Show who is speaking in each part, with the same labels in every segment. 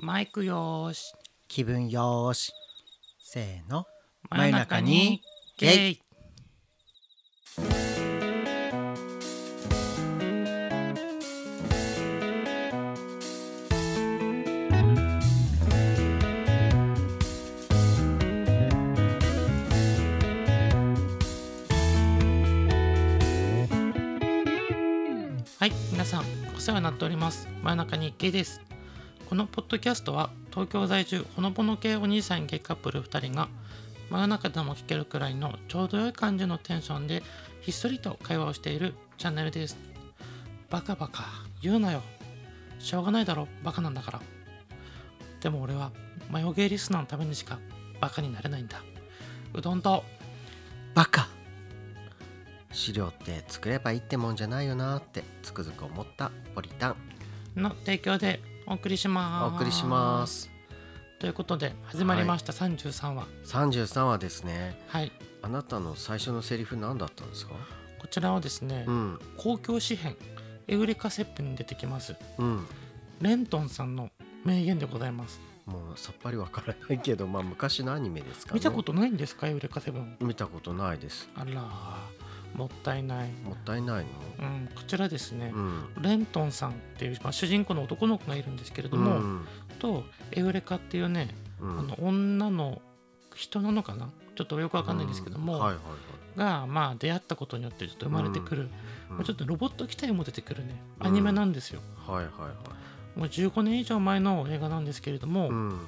Speaker 1: マイクよーし
Speaker 2: 気分よーしせーの
Speaker 1: 真夜中にゲイはい皆さんお世話になっております真夜中にゲイですこのポッドキャストは東京在住ほのぼの系お兄さんゲイカップル2人が真夜中でも聞けるくらいのちょうど良い感じのテンションでひっそりと会話をしているチャンネルですバカバカ言うなよしょうがないだろバカなんだからでも俺はマヨゲイリスナーのためにしかバカになれないんだうどんと
Speaker 2: バカ資料って作ればいいってもんじゃないよなーってつくづく思ったポリタン
Speaker 1: の提供でお送りし
Speaker 2: お
Speaker 1: ます
Speaker 2: 送りします
Speaker 1: ということで始まりました33話
Speaker 2: 33話ですね
Speaker 1: はい
Speaker 2: あなたの最初のセリフ何だったんですか
Speaker 1: こちらはですね、
Speaker 2: うん
Speaker 1: 公共詩編エウレカセップに出てきます
Speaker 2: うん
Speaker 1: レントンさんの名言でございます
Speaker 2: もうさっぱりわからないけどまあ昔のアニメですから、ね、
Speaker 1: 見たことないんですかエウレカセブン
Speaker 2: と見たことないです
Speaker 1: あらもったいない、
Speaker 2: もったいない
Speaker 1: うん、こちらですね
Speaker 2: の、うん
Speaker 1: レントンさんっていう、まあ、主人公の男の子がいるんですけれども、
Speaker 2: うん
Speaker 1: とエウレカっていうね、
Speaker 2: うん
Speaker 1: あの女の人なのかなちょっとよくわかんないんですけども、
Speaker 2: うんはいはい
Speaker 1: が、まあ、出会ったことによってちょっと生まれてくる、
Speaker 2: はい、
Speaker 1: まあちょっ
Speaker 2: と
Speaker 1: とロボット機体も出てくるね
Speaker 2: うん
Speaker 1: アニメなんですよ、
Speaker 2: はいはいはい
Speaker 1: もう15年以上前の映画なんですけれども、
Speaker 2: うん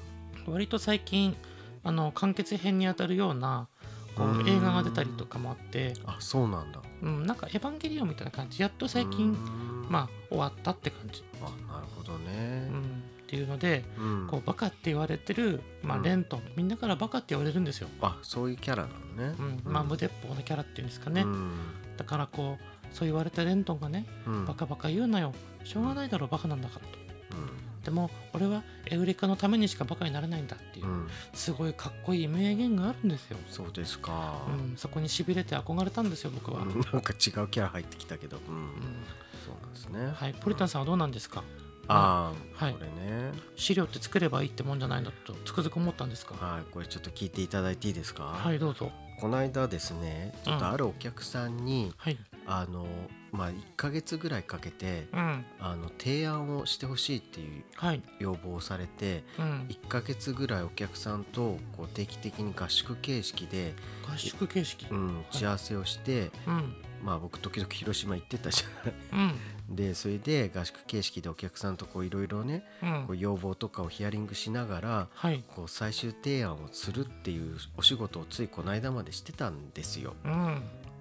Speaker 1: 割と最近あの完結編にあたるようなこ
Speaker 2: う
Speaker 1: うん映画が出たりとかもあって、
Speaker 2: あそうなんだ
Speaker 1: うん、なんか「エヴァンゲリオン」みたいな感じやっと最近、
Speaker 2: あ
Speaker 1: まあ終わったって感じ、
Speaker 2: あなるほど
Speaker 1: うん、
Speaker 2: ね
Speaker 1: っていうので
Speaker 2: うん
Speaker 1: こうバカって言われてる、まあ、
Speaker 2: うん
Speaker 1: レントンみんなからバカって言われるんですよ、
Speaker 2: あそういうキャラなのね
Speaker 1: うんまあ、無鉄砲のキャラっていうんですかね、
Speaker 2: うん
Speaker 1: だからこうそう言われたレントンがね
Speaker 2: うん
Speaker 1: バカバカ言うなよしょうがないだろバカなんだからと
Speaker 2: うん
Speaker 1: でも俺はエウレカのためにしかバカになれないんだっていううんすごいかっこいい名言があるんですよ
Speaker 2: そうですか
Speaker 1: うん、そこにしびれて憧れたんですよ僕は、
Speaker 2: うんなんか違うキャラ入ってきたけどう
Speaker 1: うんん
Speaker 2: そうなんですね
Speaker 1: はい、ポリタンさんはどうなんですか
Speaker 2: あ
Speaker 1: は
Speaker 2: あ
Speaker 1: い
Speaker 2: これね
Speaker 1: 資料って作ればいいってもんじゃないんだとつくづく思ったんですか
Speaker 2: はいこれちょっと聞いていただいていいですか
Speaker 1: はいどうぞ
Speaker 2: この間ですねちょっとあるお客さんに
Speaker 1: はい
Speaker 2: あのまあ1ヶ月ぐらいかけて
Speaker 1: うん
Speaker 2: あの提案をしてほしいっていう
Speaker 1: はい
Speaker 2: 要望をされて
Speaker 1: うん
Speaker 2: 1ヶ月ぐらいお客さんとこう定期的に合宿形式で、
Speaker 1: 合宿形式
Speaker 2: う
Speaker 1: うん
Speaker 2: ん、打ち合わせをして、
Speaker 1: うん
Speaker 2: まあ僕時々 広島行ってたじゃない
Speaker 1: うん
Speaker 2: でそれで合宿形式でお客さんとこういろいろねこう要望とかをヒアリングしながら
Speaker 1: はい
Speaker 2: こう最終提案をするっていうお仕事をついこの間までしてたんですよ。
Speaker 1: うん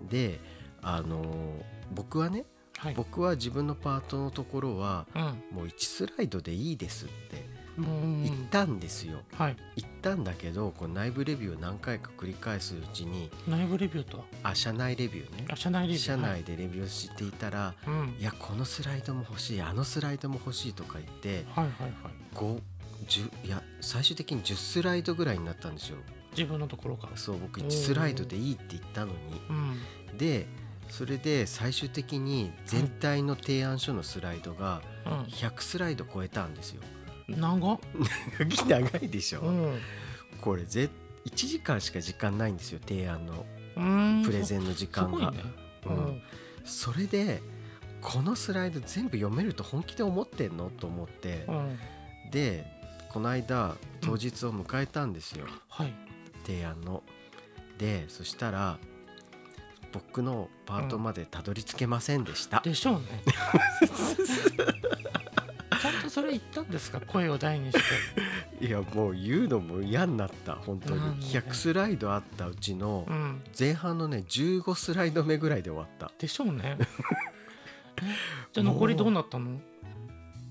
Speaker 2: であのー僕はね
Speaker 1: はい
Speaker 2: 僕は自分のパートのところは
Speaker 1: うん
Speaker 2: もう1スライドでいいですって
Speaker 1: うん
Speaker 2: 言ったんですよ。
Speaker 1: はい
Speaker 2: 言ったんだけどこう内部レビューを何回か繰り返すうちに
Speaker 1: 内部レビューとは
Speaker 2: あ社内レビューね
Speaker 1: あ社内レビュー
Speaker 2: 社
Speaker 1: は
Speaker 2: 内
Speaker 1: い
Speaker 2: でレビューしていたら
Speaker 1: うん
Speaker 2: いやこのスライドも欲しいあのスライドも欲しいとか言って
Speaker 1: はいはいはい
Speaker 2: 510いや最終的に10スライドぐらいになったんですよ
Speaker 1: 自分のところから
Speaker 2: そう僕
Speaker 1: お
Speaker 2: 1
Speaker 1: ー
Speaker 2: スライドでいいって言ったの
Speaker 1: うん
Speaker 2: にでそれで最終的に全体の提案書のスライドが100スライド超えた んですよ
Speaker 1: うん長っ
Speaker 2: 長いでしょ、
Speaker 1: うん
Speaker 2: これぜ1時間しか時間ないんですよ提案の
Speaker 1: うん
Speaker 2: プレゼンの
Speaker 1: す
Speaker 2: 時間
Speaker 1: ごい
Speaker 2: が
Speaker 1: ね、
Speaker 2: うんそれでこのスライド全部読めると本気で思ってんのと思って
Speaker 1: うんうん
Speaker 2: でこの間当日を迎えたんですよ、
Speaker 1: はい
Speaker 2: 提案の。でそしたら僕のパートまでたどり着けませんでした。
Speaker 1: でし ょうねちゃんとそれ言ったんですか声を大にして
Speaker 2: いやもう言うのも嫌になった本当に
Speaker 1: なんで
Speaker 2: 100スライドあったうちの
Speaker 1: うん
Speaker 2: 前半のね15スライド目ぐらいで終わった。
Speaker 1: でしょう ねえじゃあ残りどうなったの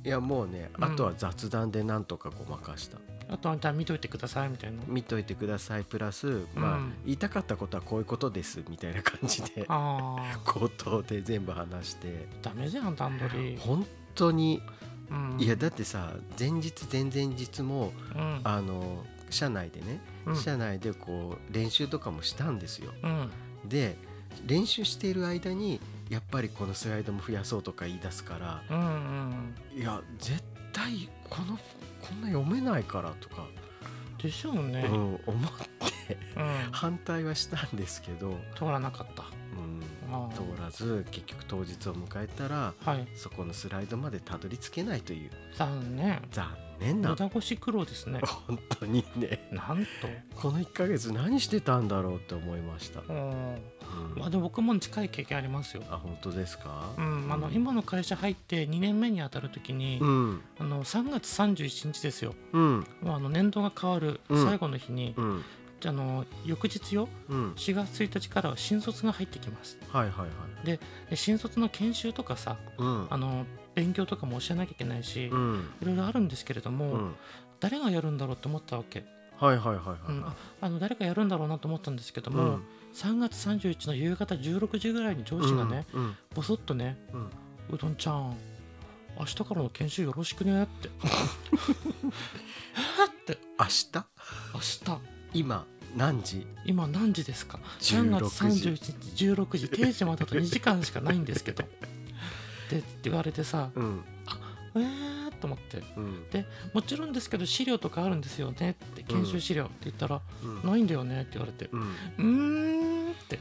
Speaker 2: いやもうね
Speaker 1: うん
Speaker 2: あとは雑談でなんとかごまかした。
Speaker 1: あとあんた見といてくださいみたいな
Speaker 2: 見といてくださいプラスまあ、
Speaker 1: うん
Speaker 2: 言いたかったことはこういうことですみたいな感じで
Speaker 1: ああ
Speaker 2: 口頭で全部話して
Speaker 1: ダメじゃん段取り、
Speaker 2: 本当に
Speaker 1: うん、
Speaker 2: いやだってさ前日前々日も
Speaker 1: うん
Speaker 2: あの社内でね、
Speaker 1: うん
Speaker 2: 社内でこう練習とかもしたんですよ
Speaker 1: うん
Speaker 2: で練習している間にやっぱりこのスライドも増やそうとか言い出すから
Speaker 1: うんうん
Speaker 2: いや絶対このこんな読めないからとか、
Speaker 1: でしょうね、
Speaker 2: う
Speaker 1: うん
Speaker 2: ん、思って反対はしたんですけど、
Speaker 1: 通らなかった
Speaker 2: うん、
Speaker 1: あ
Speaker 2: 通らず結局当日を迎えたら
Speaker 1: あはい
Speaker 2: そこのスライドまでたどり着けないという
Speaker 1: 残念
Speaker 2: 残念な
Speaker 1: 無駄腰苦労です ね
Speaker 2: 本当にね
Speaker 1: なん
Speaker 2: この1ヶ月何してたんだろうって思いました、
Speaker 1: とうん
Speaker 2: うん
Speaker 1: まあでも僕も近い経験ありますよ
Speaker 2: あ本当ですか
Speaker 1: うんあの今の会社入って2年目にあたるときに、
Speaker 2: うん
Speaker 1: あの3月31日ですよ
Speaker 2: うん
Speaker 1: もうあの年度が変わる
Speaker 2: うん
Speaker 1: 最後の日に、
Speaker 2: うん
Speaker 1: あの翌日よ
Speaker 2: うん
Speaker 1: 4月1日からは新卒が入ってきます
Speaker 2: はいはいはい
Speaker 1: で新卒の研修とかさ
Speaker 2: うん
Speaker 1: あの勉強とかも教えなきゃいけないし、
Speaker 2: うん
Speaker 1: いろいろあるんですけれども、
Speaker 2: うん
Speaker 1: 誰がやるんだろうと思ったわけ、
Speaker 2: はいはいはいは
Speaker 1: う
Speaker 2: い
Speaker 1: ん
Speaker 2: は
Speaker 1: ああの誰がやるんだろうなと思ったんですけど
Speaker 2: い
Speaker 1: も、3月31日の夕方16時ぐらいに上司がね、
Speaker 2: うん
Speaker 1: ぼそっとね
Speaker 2: うんうん
Speaker 1: うどんちゃん明日からの研修よろしくねって えーって
Speaker 2: 明日
Speaker 1: 明日
Speaker 2: 今何時
Speaker 1: 今何時ですか3
Speaker 2: 16
Speaker 1: 月
Speaker 2: 時
Speaker 1: 31日16時定時まであと2時間しかないんですけどでって言われてさ
Speaker 2: うん
Speaker 1: えーっと思って
Speaker 2: うん
Speaker 1: もちろんですけど資料とかあるんですよねって研修資料って言ったら、
Speaker 2: うん
Speaker 1: ないんだよねって言われて
Speaker 2: うん
Speaker 1: うーんって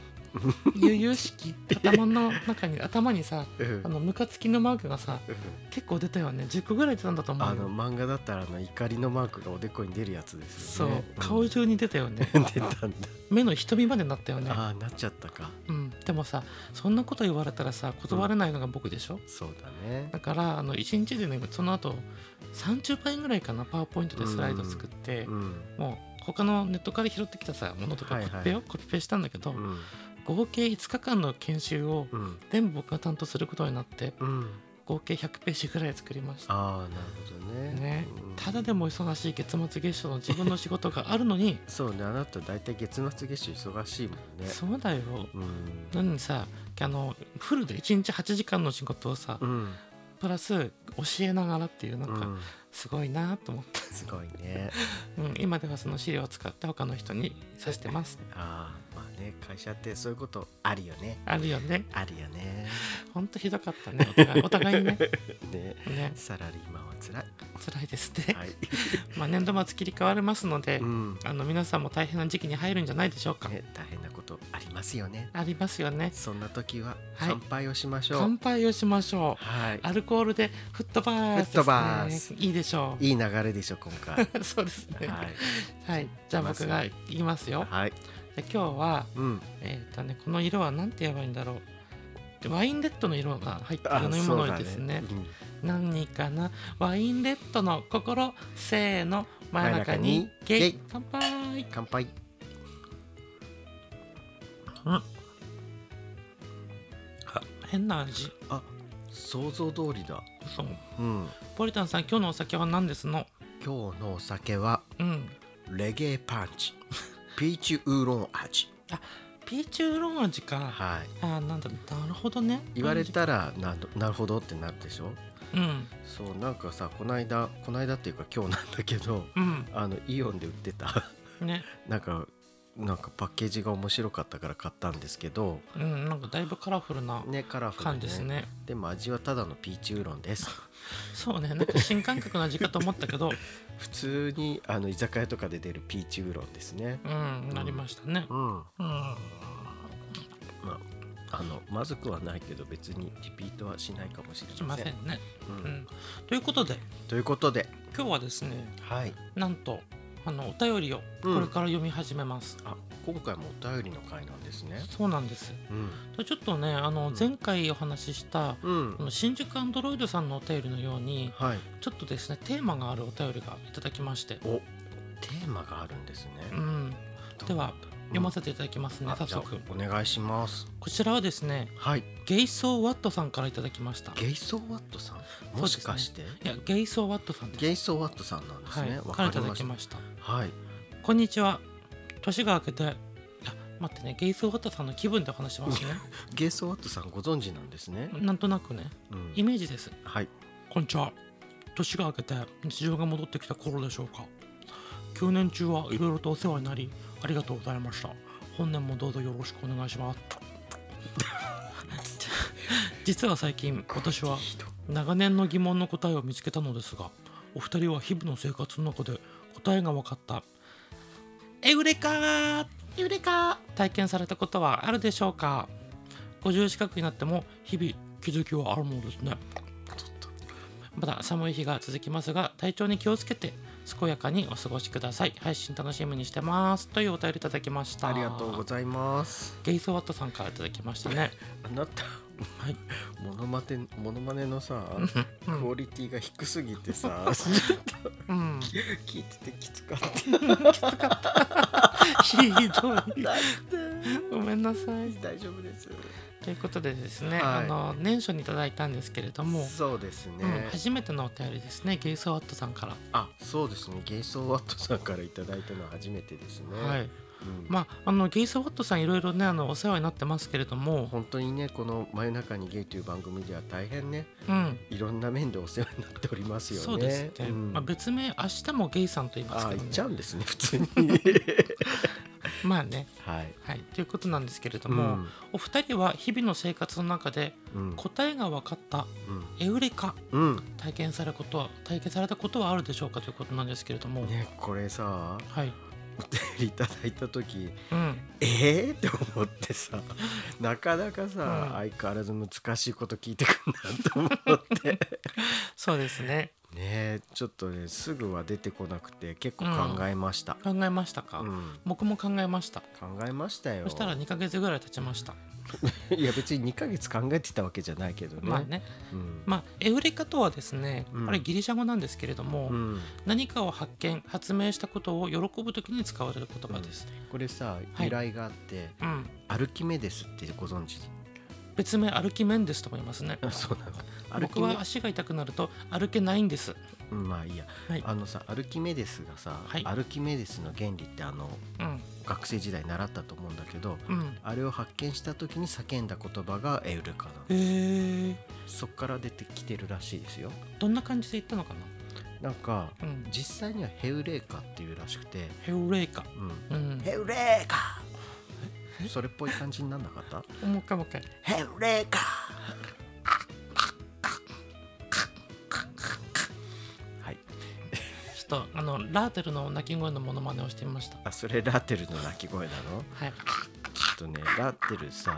Speaker 1: 悠々しきって頭の中に頭にさ
Speaker 2: うん
Speaker 1: あのムカつきのマークがさ結構出たよね10個ぐらい出たんだと思
Speaker 2: あ
Speaker 1: う
Speaker 2: の
Speaker 1: よ
Speaker 2: 漫画だったらあの怒りのマークがおでこに出るやつです
Speaker 1: そ
Speaker 2: よ
Speaker 1: う
Speaker 2: ね
Speaker 1: 顔
Speaker 2: ん
Speaker 1: 中に出た よ ね
Speaker 2: 出たんだ
Speaker 1: 目の瞳までなったよね、
Speaker 2: ああなっちゃったか
Speaker 1: うん、でもさそんなこと言われたらさ断れないのが僕でしょ
Speaker 2: そうだね
Speaker 1: だからあの1日でねその後30倍ぐらいかなパワーポイントでスライド作って、
Speaker 2: うん
Speaker 1: もう他のネットから拾ってきたさものとか
Speaker 2: はいはい
Speaker 1: コピペを、コピペしたんだけど、
Speaker 2: うん
Speaker 1: 合計5日間の研修を
Speaker 2: うん
Speaker 1: 全部僕が担当することになって
Speaker 2: うん
Speaker 1: 合計100ページぐらい作りました
Speaker 2: ああなるほどね
Speaker 1: ね
Speaker 2: うん
Speaker 1: ただでも忙しい月末月初の自分の仕事があるのに
Speaker 2: そうねあなた大体月末月初忙しいもん ね
Speaker 1: そうだよ
Speaker 2: うん
Speaker 1: なのにさあのフルで1日8時間の仕事をさ
Speaker 2: うん
Speaker 1: プラス教えながらっていうなん
Speaker 2: う
Speaker 1: か
Speaker 2: ん
Speaker 1: すごいなと思って、
Speaker 2: すごいね
Speaker 1: うん、今ではその資料を使って他の人にさしてます
Speaker 2: ああまあね会社ってそういうことあるよね
Speaker 1: あるよね
Speaker 2: あるよね
Speaker 1: ほんとひどかったねお互いお互いに ね
Speaker 2: ね
Speaker 1: ね
Speaker 2: サラリーマンは辛い
Speaker 1: 辛いですね、
Speaker 2: はい
Speaker 1: まあ年度末切り替わりますので、
Speaker 2: うん
Speaker 1: あの皆さんも大変な時期に入るんじゃないでしょうか、
Speaker 2: ね大変なことありますよね
Speaker 1: ありますよね
Speaker 2: そんな時は
Speaker 1: はい
Speaker 2: 乾杯をしましょう
Speaker 1: 乾杯をしましょう
Speaker 2: はい
Speaker 1: アルコールでフットバースです、ね、
Speaker 2: フットバース
Speaker 1: いいでしょ
Speaker 2: いい流れでしょ今 回
Speaker 1: うそうですねは、
Speaker 2: はいい
Speaker 1: じゃあ僕が言いますよ
Speaker 2: はい
Speaker 1: で今日は
Speaker 2: うん
Speaker 1: えっ、とねこの色は何て言えばいいんだろうワインレッドの色が入ってる
Speaker 2: あ
Speaker 1: 飲み
Speaker 2: そう
Speaker 1: 物
Speaker 2: だ
Speaker 1: ですね
Speaker 2: うん
Speaker 1: 何かなワインレッドの心せーの真ん中に
Speaker 2: 真ん中に
Speaker 1: ゲ
Speaker 2: ゲ
Speaker 1: イ
Speaker 2: イ
Speaker 1: 乾杯
Speaker 2: 乾杯
Speaker 1: 変な味
Speaker 2: あ想像通りだ
Speaker 1: そう
Speaker 2: うん
Speaker 1: ポリタンさん今日のお酒は何ですの
Speaker 2: 今日のお酒は
Speaker 1: うん
Speaker 2: レゲエパン チピーチウーロン味
Speaker 1: ピーチウーロン味か
Speaker 2: はい
Speaker 1: あーなんだなるほどね
Speaker 2: 言われたらななるほどってなるでしょ
Speaker 1: うん
Speaker 2: そうなんかさこないだこないだっていうか今日なんだけど
Speaker 1: うん
Speaker 2: あのイオンで売ってた
Speaker 1: ね
Speaker 2: なんかなんかパッケージが面白かったから買ったんですけど
Speaker 1: うんなんかだいぶカラフルな
Speaker 2: ねカラフルで,、
Speaker 1: 感ですね
Speaker 2: でも味はただのピーチウーロンです
Speaker 1: そうねなんか新感覚の味かと思ったけど
Speaker 2: 普通にあの居酒屋とかで出るピーチウーロンですね
Speaker 1: うんなりましたね
Speaker 2: うんま
Speaker 1: うん
Speaker 2: ああのまずくはないけど別にリピートはしないかもしれま
Speaker 1: しませ
Speaker 2: せん
Speaker 1: んね、
Speaker 2: う
Speaker 1: うんん、ということで
Speaker 2: ということで
Speaker 1: 今日はですね
Speaker 2: はい
Speaker 1: なんとあのお便りをこ
Speaker 2: うん
Speaker 1: れから読み始めます、
Speaker 2: あ今回もお便りの回なんですね
Speaker 1: そうなんです
Speaker 2: うん
Speaker 1: でちょっとねあの
Speaker 2: うん
Speaker 1: 前回お話しした
Speaker 2: うん
Speaker 1: この新宿アンドロイドさんのお便りのように
Speaker 2: はい
Speaker 1: ちょっとですねテーマがあるお便りがいただきまして、
Speaker 2: おテーマがあるんですね、
Speaker 1: うん、では読ませていただきますね
Speaker 2: あ
Speaker 1: 早
Speaker 2: じゃあ
Speaker 1: 速
Speaker 2: お願いします
Speaker 1: こちらはですね
Speaker 2: はい
Speaker 1: ゲイソーワットさんからいただきました
Speaker 2: ゲイソーワットさんもしかして、
Speaker 1: いやゲイソーワットさんです
Speaker 2: ゲイソーワットさんなんです
Speaker 1: はい
Speaker 2: ね、わ
Speaker 1: からいた
Speaker 2: かり
Speaker 1: だ
Speaker 2: ま
Speaker 1: き
Speaker 2: した
Speaker 1: ました
Speaker 2: はい
Speaker 1: こんにちは年が明けてあ待ってねゲイソーワットさんの気分でお話しますね
Speaker 2: ゲイソーワットさんご存知なんですね、
Speaker 1: なんとなくね
Speaker 2: うん
Speaker 1: イメージです
Speaker 2: はい
Speaker 1: こんにちは年が明けて日常が戻ってきた頃でしょうか9年中はいろいろとお世話になりありがとうございました本年もどうぞよろしくお願いします 実は最近私は
Speaker 2: ひどい
Speaker 1: 長年の疑問の答えを見つけたのですがお二人は日々の生活の中で答えが分かったエウレカーエウレカー体験されたことはあるでしょうか50近くになっても日々気づきはあるものですねまだ寒い日が続きますが体調に気をつけて健やかにお過ごしください配信楽しみにしてますというお便りいただきました
Speaker 2: ありがとうございます
Speaker 1: ゲイソワットさんからいただきましたね
Speaker 2: あなた
Speaker 1: はい
Speaker 2: モノマネモノマネのさ
Speaker 1: う
Speaker 2: ク
Speaker 1: ん
Speaker 2: オリティが低すぎ てさちょっと
Speaker 1: うん
Speaker 2: 聞いててきつかった
Speaker 1: ひどいごめんなさい
Speaker 2: 大丈夫です
Speaker 1: ということでですね、
Speaker 2: はい
Speaker 1: あの年初にいただいたんですけれども、
Speaker 2: そうですね、
Speaker 1: うん、初めてのお便りですねゲイソワットさんから、
Speaker 2: あそうですねゲイソーワットさんからいただいたのは初めてですね
Speaker 1: はい
Speaker 2: うん
Speaker 1: まああのゲイソワットさんいろいろねあのお世話になってますけれども、
Speaker 2: 本当にねこの「真夜中にゲイ」という番組では大変ね
Speaker 1: うん、
Speaker 2: いろんな面でお世話になっておりますよね。
Speaker 1: そうですね、
Speaker 2: ん
Speaker 1: まあ、別名明日もゲイさんと言います
Speaker 2: あ
Speaker 1: け
Speaker 2: ー
Speaker 1: ど
Speaker 2: 行っ
Speaker 1: ね
Speaker 2: ちゃうんですね普通に。
Speaker 1: まあね
Speaker 2: はい。
Speaker 1: はいということなんですけれども、お二人は日々の生活の中で
Speaker 2: うん、
Speaker 1: 答えが分かった
Speaker 2: うん
Speaker 1: エウレカ
Speaker 2: うん
Speaker 1: 体験されことは体験されたことはあるでしょうかということなんですけれども、
Speaker 2: ねこれさ
Speaker 1: はい、
Speaker 2: お便りいただいた時
Speaker 1: うん、
Speaker 2: えー、 って思ってさなかなかさ、
Speaker 1: うん
Speaker 2: 相変わらず難しいこと聞いてくるなと思 ってね
Speaker 1: そうですね
Speaker 2: えちょっとねすぐは出てこなくて結構考えました。
Speaker 1: 考えましたか、
Speaker 2: うん
Speaker 1: 僕も考えました
Speaker 2: 考えましたよ
Speaker 1: そしたら2ヶ月ぐらい経ちました、
Speaker 2: いや別に2ヶ月考えてたわけじゃないけどね。
Speaker 1: まあね
Speaker 2: うん
Speaker 1: まあエウレカとはですね
Speaker 2: うん
Speaker 1: これギリシャ語なんですけれども、
Speaker 2: うん
Speaker 1: 何かを発見発明したことを喜ぶ時に使われる言葉です、
Speaker 2: これさ
Speaker 1: はい
Speaker 2: 由来があって、
Speaker 1: うん
Speaker 2: アルキメデスってご存知
Speaker 1: 別名アルキメンデスとも言いますね
Speaker 2: そうなの アルキ
Speaker 1: 僕
Speaker 2: メ
Speaker 1: は足が痛くなると歩けないんです
Speaker 2: うんまあいいや、
Speaker 1: はい
Speaker 2: あのさアルキメデスがさ、
Speaker 1: はい
Speaker 2: アルキメデスの原理ってあの
Speaker 1: うん
Speaker 2: 学生時代習ったと思うんだけど
Speaker 1: うん
Speaker 2: あれを発見した時に叫んだ言葉がエウレカなの
Speaker 1: へえー、
Speaker 2: そっから出てきてるらしいですよ
Speaker 1: どんな感じで言ったのか
Speaker 2: なんか
Speaker 1: なうん
Speaker 2: 実際にはヘウレーカっていうらしくて、
Speaker 1: ヘウレカ
Speaker 2: う
Speaker 1: うん
Speaker 2: ん、ヘウレーカそれっぽい感じになんなかった
Speaker 1: もう一回もう一回
Speaker 2: ヘウレーカはい
Speaker 1: ちょっとあのラーテルの鳴き声のモノマネをしてみました
Speaker 2: あそれラーテルの鳴き声なの
Speaker 1: はい
Speaker 2: ちょっとねラーテルさ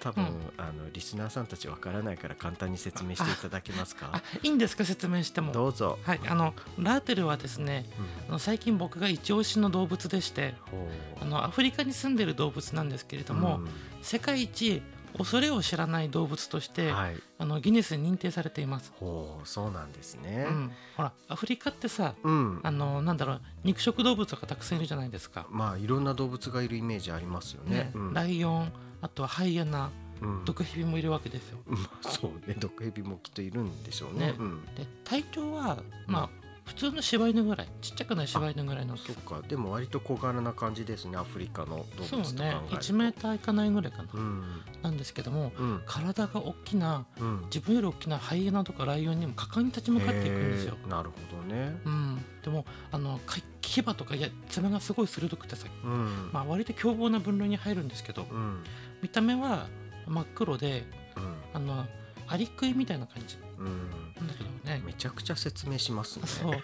Speaker 2: 多分、
Speaker 1: うん
Speaker 2: あのリスナーさんたちわからないから簡単に説明していただけます
Speaker 1: あ
Speaker 2: か
Speaker 1: いいんですか説明しても
Speaker 2: どうぞ、
Speaker 1: はい、あのラーテルはですねあの最近僕が一押しの動物でして
Speaker 2: う
Speaker 1: あ
Speaker 2: んほう
Speaker 1: のアフリカに住んでる動物なんですけれども、世界一恐れを知らない動物とし
Speaker 2: うん
Speaker 1: て、
Speaker 2: はい
Speaker 1: あのギネスに認定されています、
Speaker 2: ほうそうなんですね
Speaker 1: うん、ほらアフリカってさ
Speaker 2: うん、
Speaker 1: あのなんだろう肉食動物がたくさんいるじゃないですか、
Speaker 2: まあいろんな動物がいるイメージありますよね
Speaker 1: ね
Speaker 2: うん
Speaker 1: ライオンあとはハイエナ
Speaker 2: うん
Speaker 1: 毒蛇もいるわけですよ
Speaker 2: まあ そうね毒蛇もきっといるんでしょうね
Speaker 1: ね
Speaker 2: うん
Speaker 1: で体長はまあ普通の柴犬ぐらいちっちゃくない柴犬ぐらいの
Speaker 2: そっかでも割と小柄な感じですねアフリカの動物と
Speaker 1: そ
Speaker 2: 考
Speaker 1: う
Speaker 2: えると
Speaker 1: ね1メーターいかないぐらいかな、
Speaker 2: うん
Speaker 1: なんですけども
Speaker 2: うん
Speaker 1: 体が大きな
Speaker 2: うん
Speaker 1: 自分より大きなハイエナとかライオンにも果敢に立ち向かっていくんですよ
Speaker 2: へ。ーなるほどね
Speaker 1: うん、でもあのか牙とかいや爪がすごい鋭くてさ、
Speaker 2: うん
Speaker 1: まあ、割と凶暴な分類に入るんですけど
Speaker 2: うん
Speaker 1: 見た目は真っ黒で
Speaker 2: うん
Speaker 1: あのアリクイみたいな感じ
Speaker 2: うん
Speaker 1: なんだけどね
Speaker 2: めちゃくちゃ説明しますね。
Speaker 1: そう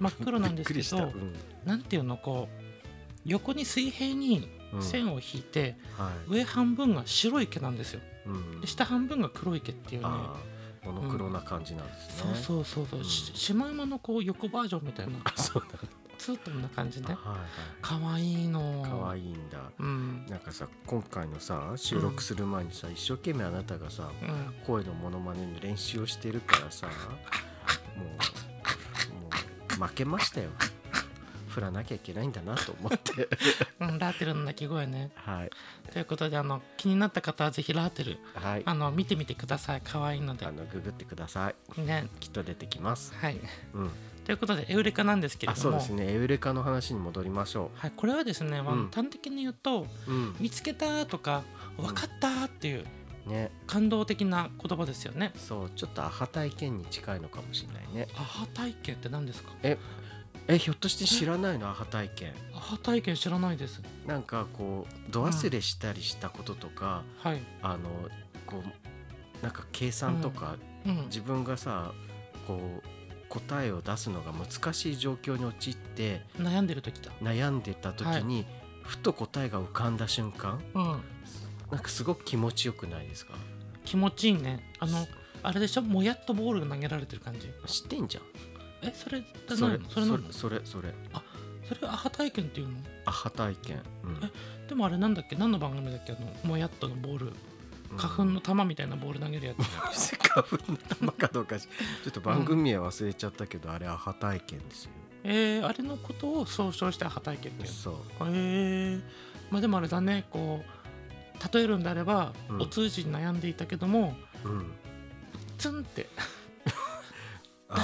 Speaker 1: 真っ黒なんですけど
Speaker 2: びっくりしたうん
Speaker 1: なんていうのこう横に水平に
Speaker 2: うん
Speaker 1: 線を引いて、
Speaker 2: はい。
Speaker 1: 上半分が白い毛なんですよ
Speaker 2: うん
Speaker 1: で下半分が黒い毛っていうね
Speaker 2: あーモノクロな感じなんです
Speaker 1: そ
Speaker 2: ね。
Speaker 1: うそうそうそう、
Speaker 2: うん
Speaker 1: しシマウマのこう横バージョンみたいな
Speaker 2: あそう
Speaker 1: ツートンな感じ
Speaker 2: なんだ。
Speaker 1: ね
Speaker 2: はい
Speaker 1: 可愛いの
Speaker 2: はい。可
Speaker 1: い
Speaker 2: 愛いんだ。
Speaker 1: うん
Speaker 2: なんかさ今回のさ収録する前にさ、一生懸命あなたがさ
Speaker 1: うん
Speaker 2: 声のモノマネの練習をしてるからさもうもう負けましたよ。振らなきゃいけないんだなと思 って。
Speaker 1: うん、ラーテルの鳴き声ね
Speaker 2: はい
Speaker 1: ということであの気になった方はぜひラーテル
Speaker 2: はい。
Speaker 1: あの見てみてください可愛いので
Speaker 2: あのググってください。
Speaker 1: ね
Speaker 2: きっと出てきます。
Speaker 1: はい
Speaker 2: うん。
Speaker 1: ということでエウレカなんですけれ
Speaker 2: あ
Speaker 1: ど
Speaker 2: そう
Speaker 1: も
Speaker 2: ですねエウレカの話に戻りましょ
Speaker 1: はい、これはですね、まあ
Speaker 2: うん
Speaker 1: 端的に言うと
Speaker 2: う、うん
Speaker 1: 見つけたとか分かったっていう
Speaker 2: ね
Speaker 1: 感動的な言葉ですよね
Speaker 2: そうちょっとアハ体験に近いのかもしれないね
Speaker 1: アハ体験って何ですか
Speaker 2: えひょっとして知らない のアハ体験
Speaker 1: アハ体験知らないです
Speaker 2: なんかこう度忘れしたりしたこととか、
Speaker 1: はい
Speaker 2: あのこうなんか計算とか、
Speaker 1: うん
Speaker 2: 自分がさこう答えを出すのが難しい状況に陥って
Speaker 1: 悩んでる時だ
Speaker 2: 悩んでた時に、ふと答えが浮かんだ瞬間
Speaker 1: うん
Speaker 2: なんかすごく気持ちよくないですか
Speaker 1: 気持ちいいねあのあれでしょもやっとボールが投げられてる感じ
Speaker 2: 知ってんじゃん
Speaker 1: えそれだ
Speaker 2: それ
Speaker 1: それな
Speaker 2: そ
Speaker 1: の
Speaker 2: れそれそれ
Speaker 1: それアハ体験っていうの
Speaker 2: アハ体験、うん
Speaker 1: でもあれなんだっけ何の番組だっけあのもやっとのボール
Speaker 2: うん
Speaker 1: 花粉の玉みたいなボール投げるやつ
Speaker 2: 花粉の玉かどうかしちょっと番組は忘れちゃったけど、あれアハ体験ですよ
Speaker 1: えー、あれのことを総称してアハ体験っていう
Speaker 2: そう
Speaker 1: のえー、まあでもあれだねこう例えるんであれば、
Speaker 2: うん
Speaker 1: お通じに悩んでいたけども
Speaker 2: うん、
Speaker 1: ツンってダーっ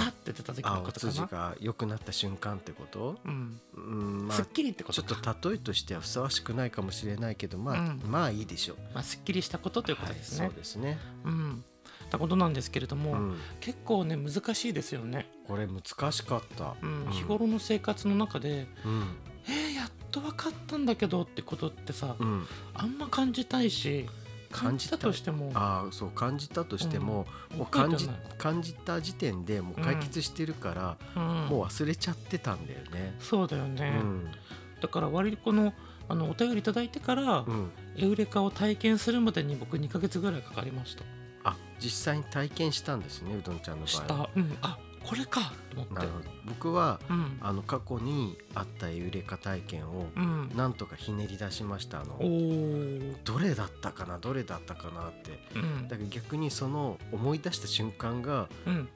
Speaker 2: あ
Speaker 1: て出た時
Speaker 2: あ
Speaker 1: の
Speaker 2: お
Speaker 1: ことかな
Speaker 2: 通じが良くなった瞬間ってこと、
Speaker 1: うん
Speaker 2: うんます
Speaker 1: っ
Speaker 2: あ、
Speaker 1: きりってこ
Speaker 2: ち
Speaker 1: と
Speaker 2: ょっと
Speaker 1: か
Speaker 2: 例えとしてはふさわしくないかもしれないけどまあ、
Speaker 1: うん
Speaker 2: まあいいでしょう
Speaker 1: まあ、すっきりしたことということですね、
Speaker 2: はい、そうですね、
Speaker 1: うんたことなんですけれども、
Speaker 2: うん、
Speaker 1: 結構ね難しいですよね、
Speaker 2: これ難しかった、
Speaker 1: うん
Speaker 2: うん
Speaker 1: 日頃の生活の中で
Speaker 2: うん
Speaker 1: 「えー、やっと分かったんだけど」ってことってさ、
Speaker 2: うん、
Speaker 1: あんま感じたいし感
Speaker 2: 感
Speaker 1: じ
Speaker 2: じ
Speaker 1: た
Speaker 2: たい
Speaker 1: としても
Speaker 2: ああそう感じたとしても、も
Speaker 1: 覚え
Speaker 2: う
Speaker 1: て
Speaker 2: 感
Speaker 1: ない
Speaker 2: じ感じた時点でもう解決してるから、
Speaker 1: うん
Speaker 2: もう忘れちゃってたんだよね。
Speaker 1: そうだよ
Speaker 2: う
Speaker 1: ね、
Speaker 2: ん
Speaker 1: だから割りこのあのお便りいただいてから、
Speaker 2: うん、
Speaker 1: エウレカを体験するまでに僕2ヶ月ぐらいかかりました
Speaker 2: あ実際に体験したんですねうどんちゃんの
Speaker 1: し
Speaker 2: 場合は。
Speaker 1: た、うん、あこれかと思っ
Speaker 2: な
Speaker 1: て
Speaker 2: るほど僕は
Speaker 1: うん
Speaker 2: あの過去にあったエウレカ体験を
Speaker 1: うん
Speaker 2: なんとかひねり出しましたあ
Speaker 1: お
Speaker 2: の
Speaker 1: ー
Speaker 2: どれだったかなどれだったかなって
Speaker 1: うん
Speaker 2: だから逆にその思い出した瞬間が
Speaker 1: うん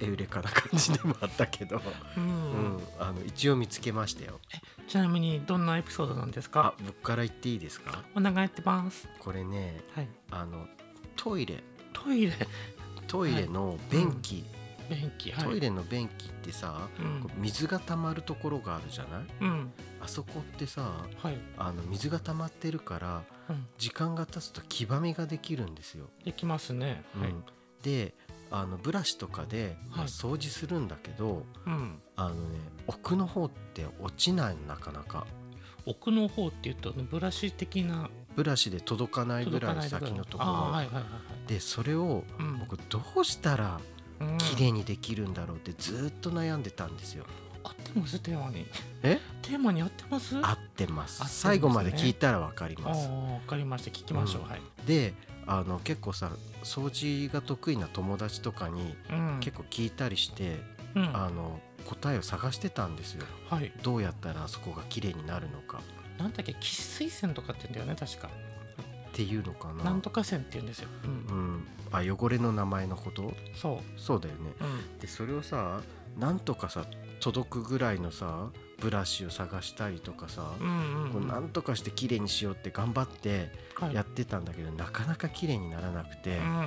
Speaker 2: エウレカな感じでもあったけど、
Speaker 1: う
Speaker 2: うんん、あの一応見つけましたよ
Speaker 1: ちなみにどんなエピソードなんです
Speaker 2: あ
Speaker 1: か
Speaker 2: 僕から言っていいですか
Speaker 1: お願いってます
Speaker 2: これね
Speaker 1: はい
Speaker 2: あのトイレ
Speaker 1: トイレ
Speaker 2: トイレの便器、
Speaker 1: 便器はい
Speaker 2: トイレの便器ってさ、
Speaker 1: うん
Speaker 2: こう水が溜まるところがあるじゃない
Speaker 1: うん
Speaker 2: あそこってさ
Speaker 1: はい
Speaker 2: あの水が溜まってるから
Speaker 1: うん
Speaker 2: 時間が経つと黄ばみができるんですよ。
Speaker 1: できますね
Speaker 2: うん
Speaker 1: はい
Speaker 2: であのブラシとかで、ま
Speaker 1: はい
Speaker 2: あ、掃除するんだけど、
Speaker 1: うん
Speaker 2: あのね奥の方って落ちないのなかなか
Speaker 1: 奥の方っていうとねブラシ的な
Speaker 2: ブラシで届かないぐ
Speaker 1: 届か
Speaker 2: らい
Speaker 1: ない
Speaker 2: 先のとこ
Speaker 1: ああーは
Speaker 2: ろ
Speaker 1: いはいはいはい
Speaker 2: でそれを
Speaker 1: うん
Speaker 2: 僕どうしたら
Speaker 1: うん
Speaker 2: 綺麗にできるんだろうってずーっと悩んでたんですよ。
Speaker 1: 合ってますテーマに
Speaker 2: え
Speaker 1: テーマに合ってます
Speaker 2: 合っ
Speaker 1: 合って
Speaker 2: てます
Speaker 1: ますね
Speaker 2: 最後まで聞いたらわかり
Speaker 1: あ
Speaker 2: ます。
Speaker 1: ーわかりました聞きましょう、
Speaker 2: うん
Speaker 1: はい、
Speaker 2: であの結構さ掃除が得意な友達とかに
Speaker 1: うん、
Speaker 2: 結構聞いたりして、
Speaker 1: 構、うん、
Speaker 2: あの答えを探してたんですよ。
Speaker 1: はい
Speaker 2: どうやったらあそこが綺麗になるのか
Speaker 1: なんだっけ騎士水線とかって言うんだよね確か
Speaker 2: っていうのかな。
Speaker 1: なんとか線って言うんですよ、うん
Speaker 2: うん、あ汚れの名前のこと
Speaker 1: そ
Speaker 2: そうだよね
Speaker 1: う、うん、
Speaker 2: でそれをさなんとかさ届くぐらいのさブラシを探したりとかさ、
Speaker 1: うんうん
Speaker 2: こうなんとかして綺麗にしようって頑張って
Speaker 1: はい
Speaker 2: やってたんだけど、なかなか綺麗にならなくて
Speaker 1: う、ん
Speaker 2: も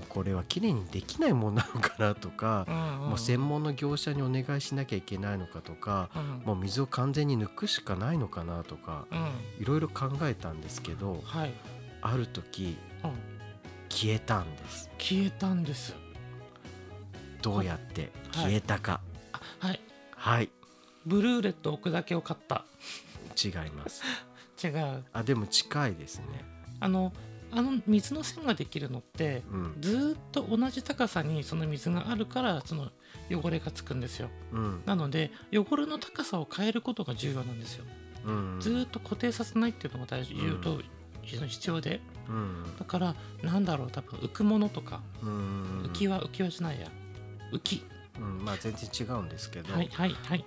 Speaker 2: うこれは綺麗にできないもんなのかなとか、
Speaker 1: うんうん
Speaker 2: もう専門の業者にお願いしなきゃいけないのかとか、
Speaker 1: うん
Speaker 2: もう水を完全に抜くしかないのかなとか
Speaker 1: うん
Speaker 2: いろいろ考えたんですけど
Speaker 1: はい、
Speaker 2: ある時
Speaker 1: うん、
Speaker 2: 消えたんです
Speaker 1: 消えたんです
Speaker 2: どうやって
Speaker 1: はい
Speaker 2: 消えたか
Speaker 1: あはい
Speaker 2: はい、
Speaker 1: ブルーレット置くだけを買った
Speaker 2: 違います
Speaker 1: 違う
Speaker 2: あでも近いですね
Speaker 1: あのあの水の線ができるのって
Speaker 2: うん
Speaker 1: ずーっと同じ高さにその水があるからその汚れがつくんですよ
Speaker 2: うん
Speaker 1: なので汚れの高さを変えることが重要なんですよ
Speaker 2: うん
Speaker 1: ずーっと固定させないっていうのが大事
Speaker 2: うん
Speaker 1: と非常に必要で
Speaker 2: うん
Speaker 1: だからなんだろう多分浮くものとか
Speaker 2: うん
Speaker 1: 浮き輪浮き輪じゃないや浮き
Speaker 2: うんまあ全然違うんですけど、
Speaker 1: はいはいはい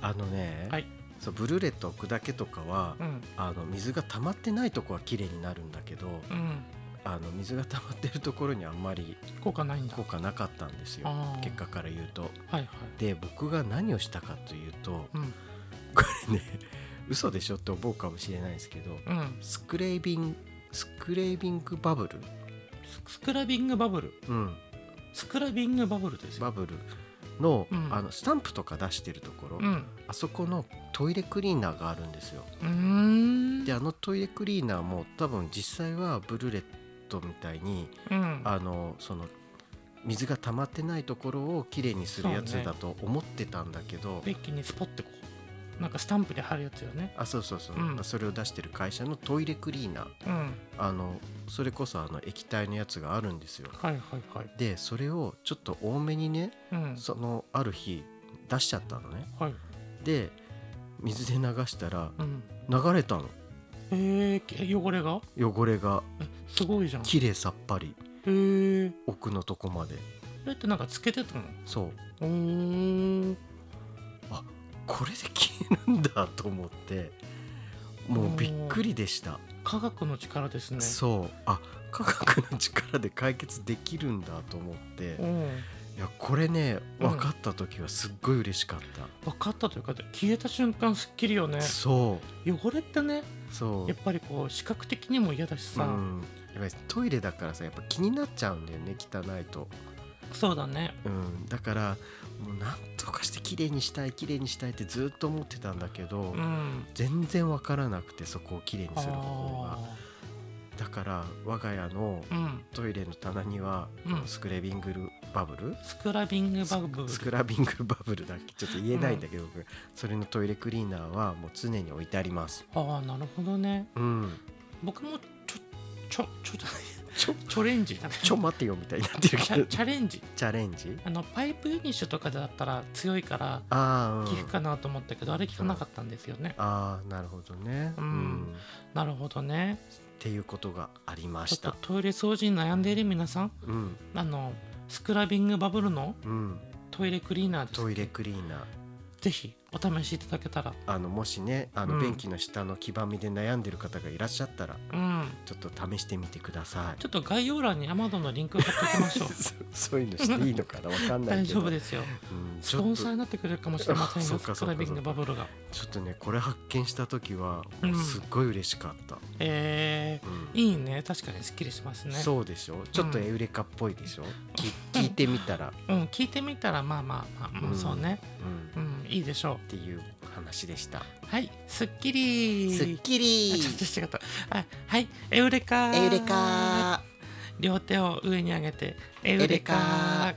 Speaker 2: あのね、
Speaker 1: はい
Speaker 2: そうブルーレット置くだけとかは、
Speaker 1: うん
Speaker 2: あの水が溜まってないとこは綺麗になるんだけど
Speaker 1: うん
Speaker 2: あの水が溜まってるところにあんまり
Speaker 1: 効果ない んだ
Speaker 2: 効果なかったんですよ
Speaker 1: あー
Speaker 2: 結果から言うと。
Speaker 1: はいはい
Speaker 2: で僕が何をしたかというと
Speaker 1: うん
Speaker 2: これね嘘でしょって思うかもしれないですけど
Speaker 1: うん
Speaker 2: スクレービンスクレービングバブル、
Speaker 1: ススクラビングバブル
Speaker 2: うん、
Speaker 1: スクラビングバブルですよ
Speaker 2: バブルの,、
Speaker 1: うん
Speaker 2: あのスタンプとか出してるところ、
Speaker 1: うん
Speaker 2: あそこのトイレクリーナーがあるんですよ
Speaker 1: うーん
Speaker 2: であのトイレクリーナーも多分実際はブルーレットみたいに
Speaker 1: うん
Speaker 2: あのその水が溜まってないところをきれいにするやつだと思ってたんだけど、
Speaker 1: 一気にスポッてこなんかスタンプで貼るやつよね
Speaker 2: あそうそうそう、
Speaker 1: うん
Speaker 2: それを出してる会社のトイレクリーナー
Speaker 1: うん
Speaker 2: あのそれこそあの液体のやつがあるんですよ
Speaker 1: はいはいはい
Speaker 2: でそれをちょっと多めにね
Speaker 1: うん
Speaker 2: そのある日出しちゃったのね
Speaker 1: はい
Speaker 2: で水で流したら
Speaker 1: うん
Speaker 2: 流れたの
Speaker 1: えーき、汚れが
Speaker 2: 汚れが
Speaker 1: えすごいじゃん
Speaker 2: きれいさっぱり
Speaker 1: えー、
Speaker 2: 奥のとこまで
Speaker 1: それってなんかつけてたの
Speaker 2: そう
Speaker 1: おー
Speaker 2: これで消えるんだと思ってもうびっくりでした、
Speaker 1: 科学の力ですね
Speaker 2: そうあ科学の力で解決できるんだと思って
Speaker 1: うん
Speaker 2: いやこれね
Speaker 1: うん
Speaker 2: 分かった時はすっごい嬉しかった、
Speaker 1: 分かったというか消えた瞬間すっきりよね
Speaker 2: そ
Speaker 1: 汚れってね
Speaker 2: うそう
Speaker 1: やっぱりこう視覚的にも嫌だしさ、
Speaker 2: うん、やっぱりトイレだからさやっぱ気になっちゃうんだよね汚いと、
Speaker 1: そうだね
Speaker 2: うん、だからもうなんとかして綺麗にしたい綺麗にしたいってずっと思ってたんだけど、
Speaker 1: うん
Speaker 2: 全然分からなくてそこを綺麗にする方法が
Speaker 1: あ
Speaker 2: だから我が家の
Speaker 1: ーうん
Speaker 2: トイレの棚には、
Speaker 1: うん
Speaker 2: スクレビングルバブル
Speaker 1: スクラビングバブル
Speaker 2: スクラビングルバブルだっけちょっと言えないんだけど、僕それのトイレクリーナーはもう常に置いてあります
Speaker 1: ああなるほどね
Speaker 2: うん
Speaker 1: 僕もちょちょちょじゃない
Speaker 2: ちょ
Speaker 1: チョレンジだね
Speaker 2: ちょ待ってよみたいになってる
Speaker 1: チ
Speaker 2: けど
Speaker 1: ャチャレンジ
Speaker 2: チャレンジ
Speaker 1: あのパイプユニッシュとかだったら強いから
Speaker 2: ああ、う
Speaker 1: 効
Speaker 2: ん
Speaker 1: くかなと思ったけど、あれ効かなかったんですよね、
Speaker 2: ああなるほどね、
Speaker 1: うんなるほどね
Speaker 2: っていうことがあり
Speaker 1: ち
Speaker 2: ま
Speaker 1: ょ
Speaker 2: し
Speaker 1: っと
Speaker 2: た
Speaker 1: トイレ掃除に悩んでいる皆さん
Speaker 2: うん
Speaker 1: あのスクラビングバブルの
Speaker 2: うん
Speaker 1: トイレクリーナーです
Speaker 2: トイレクリーナー
Speaker 1: ぜひお試しいただけたら
Speaker 2: あのもしねあの、
Speaker 1: うん
Speaker 2: 便器の下の黄ばみで悩んでる方がいらっしゃったら
Speaker 1: うん
Speaker 2: ちょっと試してみてください
Speaker 1: ちょっと概要欄に Amazon のリンク貼っておきま しょう
Speaker 2: そそういうのしていいのかなわかんない
Speaker 1: 大
Speaker 2: け
Speaker 1: 丈
Speaker 2: ど
Speaker 1: 夫ですよ
Speaker 2: うんち
Speaker 1: ス
Speaker 2: ょっ
Speaker 1: ポ
Speaker 2: と
Speaker 1: ンサーになってくれるかもしれません
Speaker 2: あそ
Speaker 1: よ
Speaker 2: うか
Speaker 1: ス
Speaker 2: そ
Speaker 1: ク
Speaker 2: うか
Speaker 1: ラビングバブルが
Speaker 2: ちょっとねこれ発見した時は
Speaker 1: うん
Speaker 2: もうすっごい嬉しかった、
Speaker 1: え
Speaker 2: うん
Speaker 1: ー、いいね確かにすっきりしますね
Speaker 2: そうでしょちょっとエウレカっぽいでしょ、き聞いてみたら、
Speaker 1: うん、聞いてみたらまあまあまあ、うん、そうね
Speaker 2: うん、
Speaker 1: うんいいでしょ
Speaker 2: っていう話でした。
Speaker 1: うはいすっきり
Speaker 2: すっき
Speaker 1: あ
Speaker 2: り
Speaker 1: ちょっと違ったあはいエウレカー
Speaker 2: エウレカ
Speaker 1: 両手を上に上げてエウレカー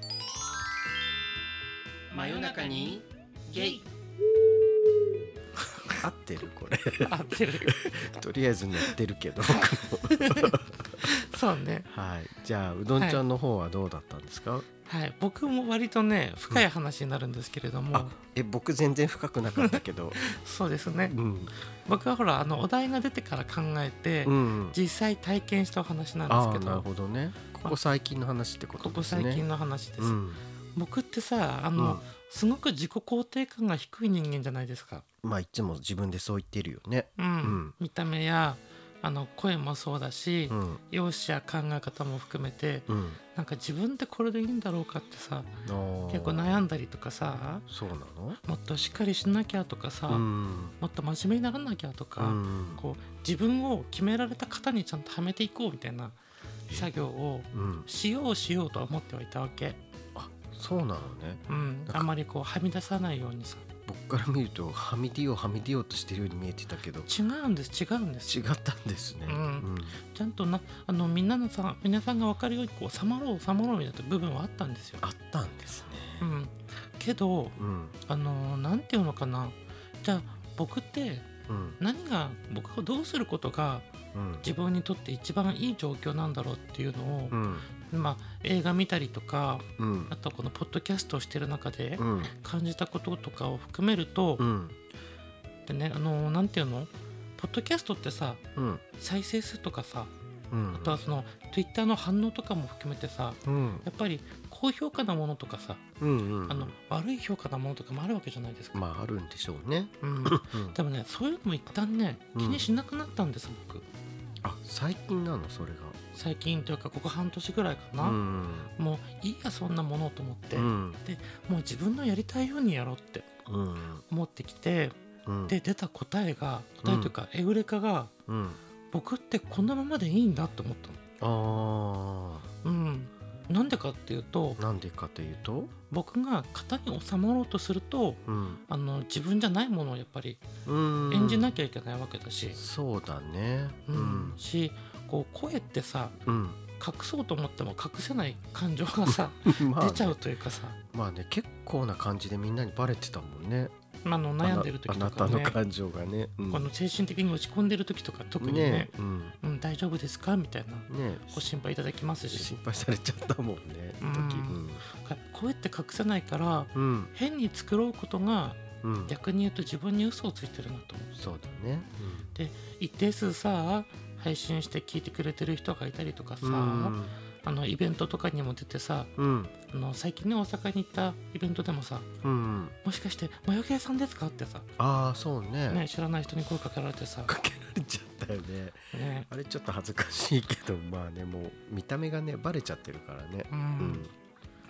Speaker 2: ー真夜中にゲイ 合ってるこれ
Speaker 1: 合ってる
Speaker 2: とりあえず乗ってるけ ど僕も
Speaker 1: そうね
Speaker 2: はいじゃあうどんちゃんの方はどうだったんですか、
Speaker 1: はい僕も割とね深い話になるんですけれども、
Speaker 2: あえ僕全然深くなかったけど
Speaker 1: そうですね
Speaker 2: うん
Speaker 1: 僕はほらあのお題が出てから考えて、
Speaker 2: うん
Speaker 1: 実際体験したお話なん
Speaker 2: あ
Speaker 1: で
Speaker 2: あ
Speaker 1: すけ
Speaker 2: な
Speaker 1: ど
Speaker 2: るほどねここ最近の話ってこと
Speaker 1: ここ
Speaker 2: です
Speaker 1: 最
Speaker 2: ね
Speaker 1: 近の話です、
Speaker 2: うん
Speaker 1: 僕ってさあの、
Speaker 2: うん
Speaker 1: すごく自己肯定感が低い人間じゃないですか、
Speaker 2: まあいつも自分でそう言ってるよね
Speaker 1: うん
Speaker 2: うん
Speaker 1: 見た目やあの声もそうだし、
Speaker 2: うん
Speaker 1: 容姿や考え方も含めて
Speaker 2: うん
Speaker 1: なんか自分ってこれでいいんだろうかってさ
Speaker 2: 結
Speaker 1: 結構
Speaker 2: ん
Speaker 1: 悩んだりとかさ
Speaker 2: そうなの
Speaker 1: もっとしっかりしなきゃとかさ、
Speaker 2: うん
Speaker 1: もっと真面目にならなきゃとか、
Speaker 2: うん
Speaker 1: こう自分を決められた型にちゃんとはめていこうみたいな作業を
Speaker 2: うん
Speaker 1: しようしようとは思ってはいたわけ、
Speaker 2: あそうなのね
Speaker 1: うん、あんまりこうはみ出さないようにさ
Speaker 2: 僕から見るとはみ出ようはみ出ようとしてるように見えてたけど
Speaker 1: 違うんです違うんです
Speaker 2: 違ったんですね、
Speaker 1: うん
Speaker 2: ん
Speaker 1: ちゃんとなあのみんなのさ皆さんが分かるようにこう収まろう収まろうみたいな部分はあったんですよ、
Speaker 2: あったんです
Speaker 1: う
Speaker 2: ね
Speaker 1: ん、けど
Speaker 2: うん
Speaker 1: あのなんていうのかなじゃあ僕って
Speaker 2: うん
Speaker 1: 何が僕をどうすることが
Speaker 2: うん
Speaker 1: 自分にとって一番いい状況なんだろうっていうのを
Speaker 2: う、ん
Speaker 1: まあ、映画見たりとか
Speaker 2: うん
Speaker 1: あとこのポッドキャストをしてる中で
Speaker 2: うん
Speaker 1: 感じたこととかを含めると、
Speaker 2: うん
Speaker 1: でねあのなんていうのポッドキャストってさ
Speaker 2: うん
Speaker 1: 再生数とかさ
Speaker 2: うん
Speaker 1: あとはその Twitter の反応とかも含めてさ
Speaker 2: うん
Speaker 1: やっぱり高評価なものとかさ、
Speaker 2: うんうん
Speaker 1: あの悪い評価なものとかもあるわけじゃないですか、
Speaker 2: まああるんでしょうね
Speaker 1: うん、
Speaker 2: うん
Speaker 1: でもねそういうのも一旦ね気にしなくなったんです、僕
Speaker 2: あ最近なのそれ
Speaker 1: 最近というかここ半年ぐらいか
Speaker 2: が
Speaker 1: な、
Speaker 2: うん
Speaker 1: もういいやそんなものと思って、
Speaker 2: う
Speaker 1: も
Speaker 2: ん
Speaker 1: う自分のやりたいようにやろうって
Speaker 2: うん
Speaker 1: 思ってきて
Speaker 2: うん
Speaker 1: で出た答えが答えというか、エウレカが
Speaker 2: うん
Speaker 1: 僕ってこのままでいいんだって思ったの。
Speaker 2: あ
Speaker 1: うん、なんでかっていうと
Speaker 2: あなんでかというと
Speaker 1: 僕が型に収まろうとすると
Speaker 2: うん
Speaker 1: あの自分じゃないものをやっぱり
Speaker 2: うん
Speaker 1: 演じなきゃいけないわけだし、
Speaker 2: そうだね
Speaker 1: うんしこう声ってさ
Speaker 2: うん
Speaker 1: 隠そうと思っても隠せない感情がさ
Speaker 2: まあね
Speaker 1: 出ちゃうというかさ
Speaker 2: まあね結構な感じでみんなにバレてたもんね
Speaker 1: あの悩んでる時
Speaker 2: あな
Speaker 1: と
Speaker 2: あ
Speaker 1: か
Speaker 2: なたの
Speaker 1: ね
Speaker 2: 感情がね、うん
Speaker 1: この精神的に落ち込んでる時とか特にね
Speaker 2: ねうん
Speaker 1: うん、大丈夫ですかみたいな
Speaker 2: ね
Speaker 1: ご心配いただきますし
Speaker 2: 心配されちゃったもんね
Speaker 1: うん
Speaker 2: 時
Speaker 1: 声って隠せないから
Speaker 2: うんうん
Speaker 1: 変に作ろうことが
Speaker 2: うん
Speaker 1: 逆に言うと自分に嘘をついてるなと思う
Speaker 2: そうだね
Speaker 1: 一定数さ配信して聞いてくれてる人がいたりとかさ、
Speaker 2: うん
Speaker 1: あのイベントとかにも出てさ
Speaker 2: うん
Speaker 1: あの最近ね大阪に行ったイベントでもさ
Speaker 2: うんうん
Speaker 1: 「もしかして魔除け屋さんですか?」ってさ、
Speaker 2: ああそうね
Speaker 1: ね、知らない人に声かけられて さ、
Speaker 2: かけられちゃったよね
Speaker 1: ね
Speaker 2: あれちょっと恥ずかしいけどまあねもう見た目がねバレちゃってるからね
Speaker 1: う
Speaker 2: うんん
Speaker 1: だ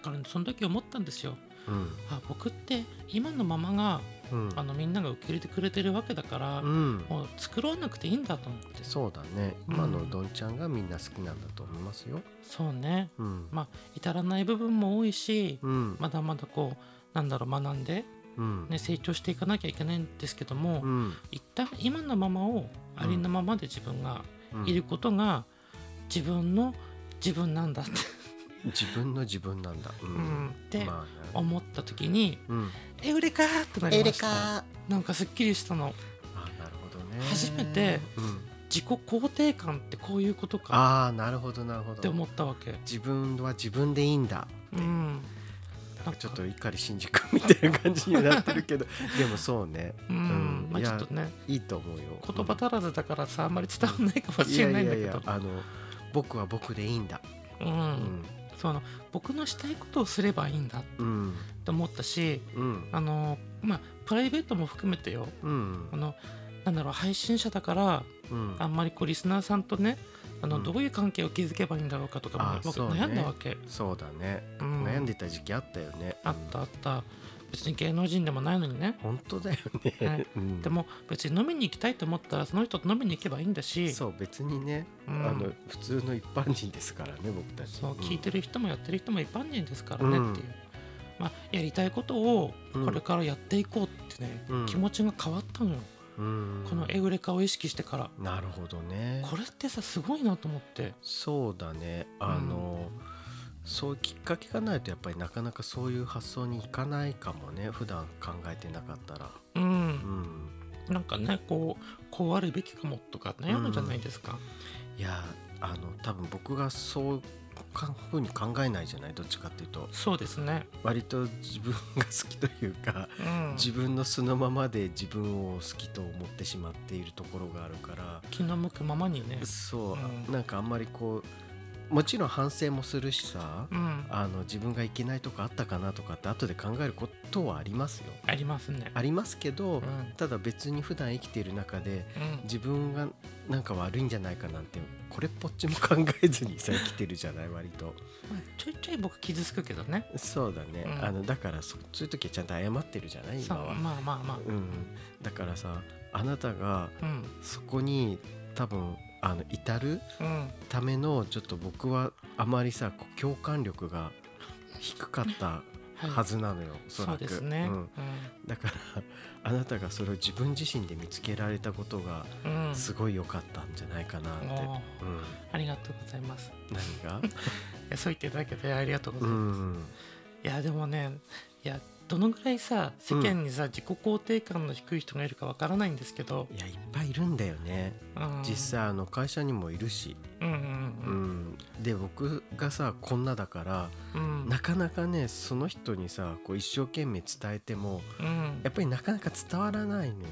Speaker 1: からねその時思ったんですよ
Speaker 2: うん
Speaker 1: あ僕って今のままが
Speaker 2: うん
Speaker 1: あのみんなが受け入れてくれてるわけだから、
Speaker 2: うん
Speaker 1: もう作ろうなくていいんだと思って
Speaker 2: そうだね
Speaker 1: うん
Speaker 2: 今のどんちゃんがみんな好きなんだと思いますよ
Speaker 1: そうね
Speaker 2: うん
Speaker 1: まあ至らない部分も多いし
Speaker 2: うん
Speaker 1: まだまだこうなんだろう学んで、
Speaker 2: うん
Speaker 1: ね、成長していかなきゃいけないんですけども、
Speaker 2: うん
Speaker 1: 一旦今のままをありのままで自分がいることが自分の自分なんだって、
Speaker 2: 自分の自分なんだう
Speaker 1: うん
Speaker 2: ん
Speaker 1: って
Speaker 2: まあね
Speaker 1: 思った時に
Speaker 2: うん
Speaker 1: 「エウレカ!」ってなりましたなんかすっきりしたの
Speaker 2: あなるほどね
Speaker 1: 初めて、
Speaker 2: うん、
Speaker 1: 自己肯定感ってこういうことか
Speaker 2: ああなるほどなるほ
Speaker 1: って
Speaker 2: ど
Speaker 1: 思ったわけ。
Speaker 2: 自分は自分でいいんだ
Speaker 1: うん
Speaker 2: なんかちょっと怒り新宿みたいな感じになって るけどでもそうね
Speaker 1: うん
Speaker 2: うん
Speaker 1: まあ
Speaker 2: い
Speaker 1: ち
Speaker 2: や
Speaker 1: ょっとね
Speaker 2: いいと思うよ
Speaker 1: 言葉足らずだからさあんまり伝わんないかも
Speaker 2: うん
Speaker 1: しれないんだ
Speaker 2: い
Speaker 1: け
Speaker 2: やいや
Speaker 1: ど
Speaker 2: いやあの僕は僕でいいんだ
Speaker 1: う
Speaker 2: うんん
Speaker 1: その僕のしたいことをすればいいんだ
Speaker 2: うん
Speaker 1: と思ったし
Speaker 2: うん
Speaker 1: あのまあプライベートも含めてよ
Speaker 2: うん
Speaker 1: あのなんだろう配信者だから
Speaker 2: うん
Speaker 1: あんまりこうリスナーさんとねあの、
Speaker 2: うん
Speaker 1: どういう関係を築けばいいんだろうかとかも
Speaker 2: あ
Speaker 1: 僕
Speaker 2: そうね
Speaker 1: 悩んだわけ、
Speaker 2: そうだね
Speaker 1: うん
Speaker 2: 悩んでた時期あったよね
Speaker 1: あったあった別に芸能人でもないのにね
Speaker 2: 本当だよ
Speaker 1: はい
Speaker 2: ねうん
Speaker 1: でも別に飲みに行きたいと思ったらその人と飲みに行けばいいんだし
Speaker 2: そう別にね
Speaker 1: う
Speaker 2: あの
Speaker 1: ん、
Speaker 2: 普通の一般人ですからね僕たち
Speaker 1: そう
Speaker 2: うん
Speaker 1: 聞いてる人もやってる人も一般人ですからねっていう、
Speaker 2: うん
Speaker 1: まあ、やりたいことを
Speaker 2: うん
Speaker 1: これからやっていこうってね、
Speaker 2: うん
Speaker 1: 気持ちが変わったのよ、
Speaker 2: うん
Speaker 1: このエウレカを意識してから
Speaker 2: なるほどね
Speaker 1: これってさすごいなと思って
Speaker 2: そうだねあの、そういうきっかけがないとやっぱりなかなかそういう発想にいかないかもね普段考えてなかったら
Speaker 1: う
Speaker 2: うんん
Speaker 1: なんかねこうこうあるべきかもとか悩むじゃないですか、
Speaker 2: いやあの多分僕がそうかふうに考えないじゃないどっちかっていうと
Speaker 1: そうですね
Speaker 2: 割と自分が好きというか
Speaker 1: うん
Speaker 2: 自分の素のままで自分を好きと思ってしまっているところがあるから
Speaker 1: 気の向くままにね
Speaker 2: そう、
Speaker 1: うん
Speaker 2: なんかあんまりこうもちろん反省もするしさ、
Speaker 1: うんあ
Speaker 2: あの自分がいけないとこあったかなとかって後で考えることはありますよ
Speaker 1: りますね
Speaker 2: ありますけ
Speaker 1: う
Speaker 2: ど、
Speaker 1: ん
Speaker 2: ただ別に普段生きている中で
Speaker 1: うん
Speaker 2: 自分がなんか悪いんじゃないかなんてこれっぽっちも考えずにさ生きてるじゃ ない割と
Speaker 1: まあちょいちょい僕傷つくけどね
Speaker 2: そうだね、
Speaker 1: うん
Speaker 2: あのだからそそういう時はちゃんと謝ってるじゃない
Speaker 1: そ
Speaker 2: 今
Speaker 1: う
Speaker 2: は、
Speaker 1: まあまあま
Speaker 2: うん、だからさあなたが
Speaker 1: あうん
Speaker 2: そこに多分あの至る
Speaker 1: うん
Speaker 2: ためのちょっと僕はあまりさこう共感力が低かった
Speaker 1: はい
Speaker 2: はずなのよ、おそら
Speaker 1: そう
Speaker 2: く
Speaker 1: ですね
Speaker 2: うんだからあなたがそれを自分自身で見つけられたことが
Speaker 1: うん、うん
Speaker 2: すごい良かったんじゃないかなって、うん
Speaker 1: おーありがとうございます
Speaker 2: 何が
Speaker 1: いやそう言っていただけてありがとうござ
Speaker 2: う
Speaker 1: います、
Speaker 2: ん
Speaker 1: いやでもねいやどのぐらいさ世間にさ、自己肯定感の低い人がいるかわからないんですけど、
Speaker 2: いやいっぱいいるんだよね、
Speaker 1: うん
Speaker 2: 実際あの会社にもいるし、
Speaker 1: うんう
Speaker 2: うんん、で僕がさこんなだから
Speaker 1: うんうん
Speaker 2: なかなかねその人にさこう一生懸命伝えても
Speaker 1: うん
Speaker 2: やっぱりなかなか伝わらないのよ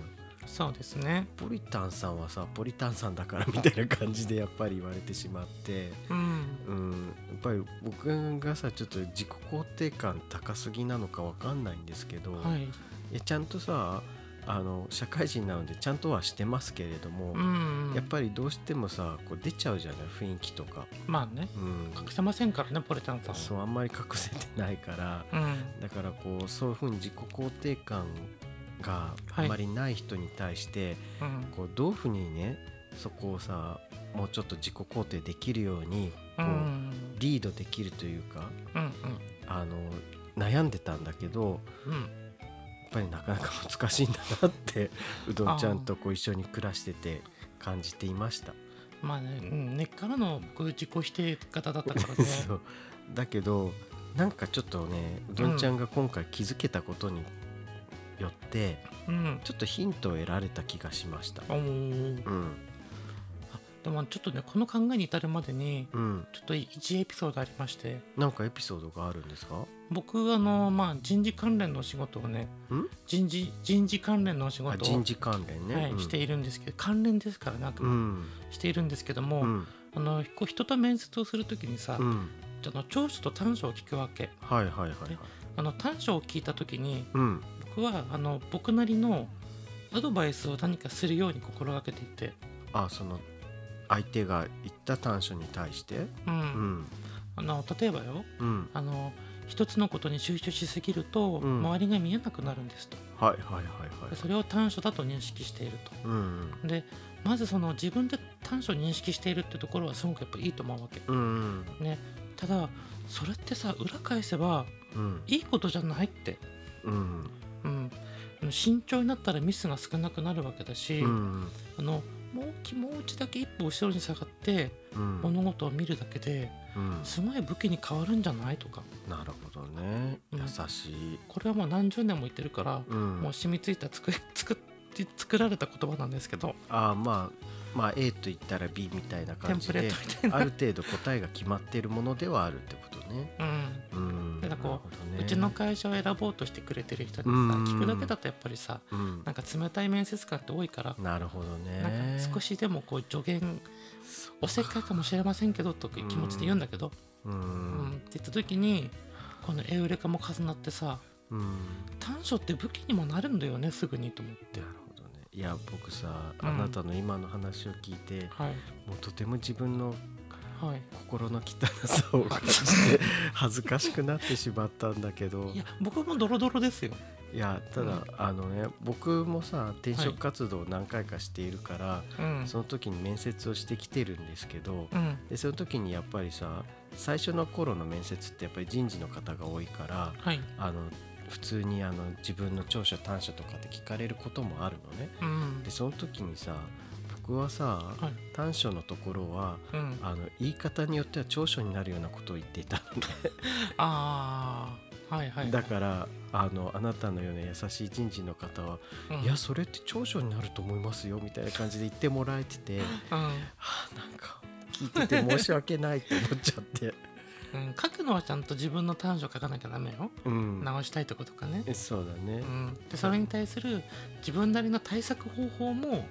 Speaker 1: そうですね
Speaker 2: ポリタンさんはさポリタンさんだからみたいな感じでやっぱり言われてしまって
Speaker 1: うん
Speaker 2: うんやっぱり僕がさちょっと自己肯定感高すぎなのかわかんないんですけど、
Speaker 1: はい
Speaker 2: いやちゃんとさあの社会人なのでちゃんとはしてますけれども、
Speaker 1: うんうん
Speaker 2: やっぱりどうしてもさこう出ちゃうじゃない雰囲気とか、
Speaker 1: まあね
Speaker 2: うん、
Speaker 1: 隠せませんからねポレタンさんは
Speaker 2: そうあんまり隠せてないから
Speaker 1: うん
Speaker 2: だからこうそういうふうに自己肯定感が
Speaker 1: は
Speaker 2: あ
Speaker 1: い
Speaker 2: まりない人に対して、
Speaker 1: うん
Speaker 2: こうどういうふうにねそこをさもうちょっと自己肯定できるように
Speaker 1: うんう
Speaker 2: こうんリードできるというか
Speaker 1: うん
Speaker 2: あの悩んでたんだけど
Speaker 1: うん
Speaker 2: やっぱりなかなか難しいんだなって うどんちゃんとこう一緒に暮らしてて感じていました。
Speaker 1: まあね、うん、根っからの僕自己否定型だったから ね
Speaker 2: そうだけどなんかちょっとねうどんちゃんが今回気づけたことによって
Speaker 1: うん
Speaker 2: ちょっとヒントを得られた気がしました
Speaker 1: おー
Speaker 2: うん
Speaker 1: でもちょっとねこの考えに至るまでに
Speaker 2: うん
Speaker 1: ちょっと1エピソードありまして
Speaker 2: なんかエピソードがあるんですか
Speaker 1: 僕あのまあ人事関連のお仕事をね
Speaker 2: ん
Speaker 1: 人事人事関連のお仕
Speaker 2: あ
Speaker 1: 事を
Speaker 2: 人、事関連ね、
Speaker 1: はい
Speaker 2: うん
Speaker 1: しているんですけど関連ですからねあく
Speaker 2: う
Speaker 1: まで
Speaker 2: ん
Speaker 1: しているんですけども、
Speaker 2: うん
Speaker 1: あのこう人と面接をするときにさ、
Speaker 2: うん
Speaker 1: あの長所と短所を聞くわけ
Speaker 2: はいはいはいはい
Speaker 1: ねあの短所を聞いたときに
Speaker 2: うん
Speaker 1: 僕はあの僕なりのアドバイスを何かするように心がけていて、
Speaker 2: あその相手が言った短所に対して
Speaker 1: うん
Speaker 2: うん
Speaker 1: あの例えばよ
Speaker 2: うん
Speaker 1: あの一つのことに集中しすぎると、
Speaker 2: うん
Speaker 1: 周りが見えなくなるんですと
Speaker 2: はいはいはいは
Speaker 1: で
Speaker 2: い
Speaker 1: それを短所だと認識している
Speaker 2: うん
Speaker 1: とでまずその自分で短所を認識しているってところはすごくやっぱいいと思うわけ
Speaker 2: うんうん
Speaker 1: ねただそれってさ裏返せば
Speaker 2: うん
Speaker 1: いいことじゃないって
Speaker 2: うん
Speaker 1: うん慎重になったらミスが少なくなるわけだし、
Speaker 2: うん
Speaker 1: あのもう気持ちだけ一歩後ろに下がって
Speaker 2: うん
Speaker 1: 物事を見るだけで
Speaker 2: うん
Speaker 1: すごい武器に変わるんじゃないとか
Speaker 2: なるほどね
Speaker 1: うん
Speaker 2: 優しい
Speaker 1: これはもう何十年も言ってるから、
Speaker 2: うん
Speaker 1: もう染みついた作り 作り作られた言葉なんですけど
Speaker 2: ああまあまあ A と言ったら B みたいな
Speaker 1: テン
Speaker 2: 感じ
Speaker 1: プレー
Speaker 2: で
Speaker 1: トみたいな、
Speaker 2: ある程度答えが決まっているものではあるってことね。
Speaker 1: うん
Speaker 2: うん、
Speaker 1: なんかこ
Speaker 2: なるほどね
Speaker 1: うちの会社を選ぼうとしてくれてる人にさ
Speaker 2: うん
Speaker 1: 聞くだけだとやっぱりさ
Speaker 2: うん
Speaker 1: なんか冷たい面接官って多いから、
Speaker 2: なるほど
Speaker 1: なん
Speaker 2: ね。
Speaker 1: か少しでもこう助言
Speaker 2: そう
Speaker 1: おせっかいかもしれませんけどという気持ちで言うんだけど、
Speaker 2: う
Speaker 1: うんっ
Speaker 2: ん、
Speaker 1: て言った時にこのエウレカも重なってさ
Speaker 2: うん、
Speaker 1: 短所って武器にもなるんだよねすぐにと思って
Speaker 2: なるほどね。いや僕さ、
Speaker 1: うん
Speaker 2: あなたの今の話を聞いて、
Speaker 1: はい
Speaker 2: もうとても自分の
Speaker 1: はい
Speaker 2: 心の汚さ を感じて恥ずかしくなってしまったんだけど
Speaker 1: いや僕もドロドロですよ
Speaker 2: いやただ、
Speaker 1: うん
Speaker 2: あのね僕もさ転
Speaker 1: はい
Speaker 2: 職活動を何回かしているから、
Speaker 1: うん
Speaker 2: その時に面接をしてきてるんですけど、
Speaker 1: うん
Speaker 2: でその時にやっぱりさ最初の頃の面接ってやっぱり人事の方が多いから
Speaker 1: はい
Speaker 2: あの普通にあの自分の長所短所とかって聞かれることもあるのね
Speaker 1: うん
Speaker 2: でその時にさ僕はさ
Speaker 1: はい
Speaker 2: 短所のところは
Speaker 1: うん
Speaker 2: あの言い方によっては長所になるようなことを言っていたので、
Speaker 1: ああはいはい
Speaker 2: だからあのあなたのような優しい人事の方は「
Speaker 1: うん
Speaker 2: いやそれって長所になると思いますよ」みたいな感じで言ってもらえてて
Speaker 1: う
Speaker 2: はあなんか聞いてて申し訳ないって思っち ゃって。
Speaker 1: ん、うん、書くのはちゃんと自分の短所書かなきゃダメよ
Speaker 2: うん
Speaker 1: 直したいとことかね、
Speaker 2: そうだね
Speaker 1: う、ん、でそれに対する自分なりの対策方法も
Speaker 2: うん